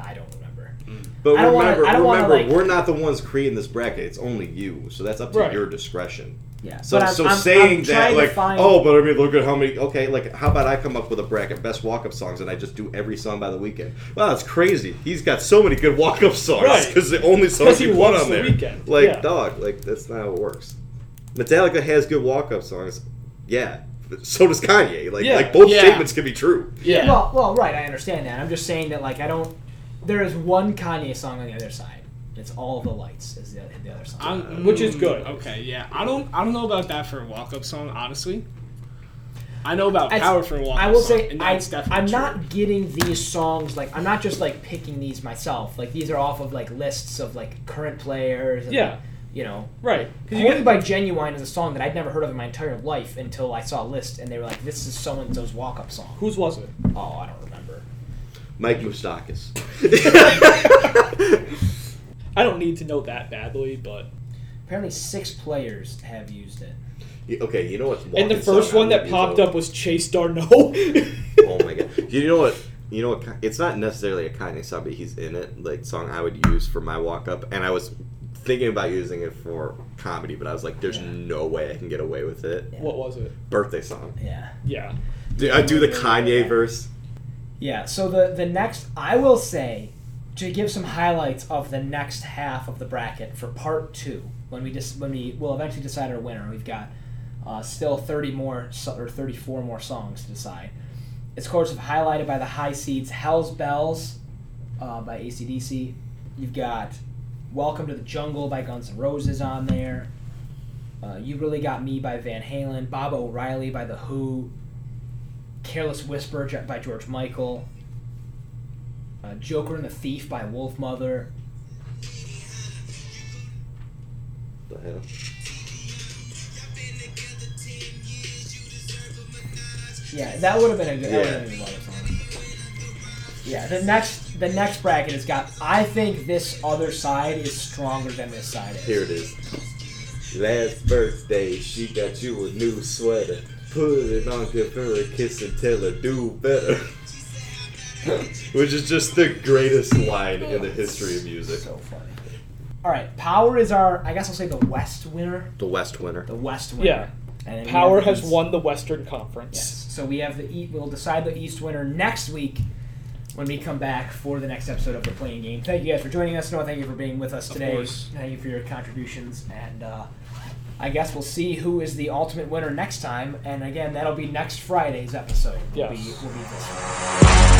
S2: I don't remember.
S5: But
S2: I don't wanna-
S5: remember,
S2: I don't wanna,
S5: remember,
S2: like-
S5: we're not the ones creating this bracket. It's only you, so that's up to
S4: Right.
S5: your discretion.
S2: Yeah.
S5: So,
S2: but I'm,
S5: so
S2: I'm- I'm
S5: saying
S2: trying
S5: that,
S2: to
S5: like,
S2: find-
S5: oh, but I mean, look at how many. Okay, like, how about I come up with a bracket best walk-up songs, and I just do every song by the weekend? Wow, that's crazy. He's got so many good walk-up songs
S4: Right.
S5: because the only
S4: 'Cause
S5: songs
S4: he
S5: he put
S4: loves
S5: on
S4: The
S5: there.
S4: Weeknd.
S5: Like,
S4: Yeah.
S5: dog, like that's not how it works. Metallica has good walk-up songs, yeah. But so does Kanye. Like,
S4: Yeah.
S5: like both
S3: Yeah.
S5: statements can be true.
S4: Yeah.
S2: Well, well, right. I understand that. I'm just saying that, like, I don't. There is one Kanye song on the other side. It's all the lights is the, the other song.
S3: I'm-
S4: Which is good.
S3: Okay, yeah. I don't I don't know about that for a walk up song, honestly. I know about
S2: It's-
S3: power for a walk up
S2: I will
S3: song,
S2: say
S3: and
S2: I,
S3: that's definitely
S2: I'm
S3: true.
S2: not getting these songs like I'm not just like picking these myself. Like these are off of like lists of like current players. And,
S4: Yeah.
S2: You know,
S4: Right. Because
S2: Only
S4: you get
S2: by Genuine is a song that I'd never heard of in my entire life until I saw a list and they were like, "This is so and so's walk up song."
S4: whose was it?
S2: Oh, I don't remember.
S5: Mike Moustakis.
S4: I don't need to know that badly, but
S2: Apparently, six players have used it.
S5: Yeah, okay, you know what's
S4: and the
S5: walking song
S4: first
S5: I
S4: one
S5: would
S4: that
S5: use
S4: popped
S5: though?
S4: up was Chase Darno. *laughs*
S5: oh my god! You know what? You know what? Ki- It's not necessarily a Kanye song, but he's in it. Like song I would use for my walk up, and I was thinking about using it for comedy, but I was like, "There's no way I can get away with it."
S4: what was it?
S5: Birthday song.
S2: Yeah.
S4: Yeah.
S5: Do I do the Kanye verse?
S2: Yeah. So the the next, I will say, to give some highlights of the next half of the bracket for part two, when we just when we will eventually decide our winner, we've got uh, still 30 more so- or 34 more songs to decide. It's of course highlighted by the high seeds "Hell's Bells" uh, by ACDC. You've got "Welcome to the Jungle" by Guns N' Roses on there. Uh, "You Really Got Me" by Van Halen. "Bob O'Reilly" by The Who. "Careless Whisper" j- by George Michael. Uh, Joker and the Thief by Wolf Mother.
S5: The hell?
S2: Yeah, that would have been a good. That would have been a good song. Yeah, the next the next bracket has got. I think this other side is stronger than this side is.
S5: Here it is. Last birthday, she got you a new sweater. Put it on, give her a kiss and tell her do better. *laughs* Which is just the greatest line in the history of music.
S2: So funny. All right, Power is our. I guess I'll say the West winner.
S5: The West winner.
S2: The West winner.
S11: Yeah.
S2: And then we
S11: Power
S2: have the
S11: has
S2: East.
S11: won the Western Conference.
S2: Yes. So we have the East. We'll decide the East winner next week when we come back for the next episode of the Playing Game. Thank you guys for joining us. No, thank you for being with us today.
S11: course.
S2: Thank you for your contributions, and uh, I guess we'll see who is the ultimate winner next time. And again, that'll be next Friday's episode. Will
S11: Yes.
S2: Be, will be this one.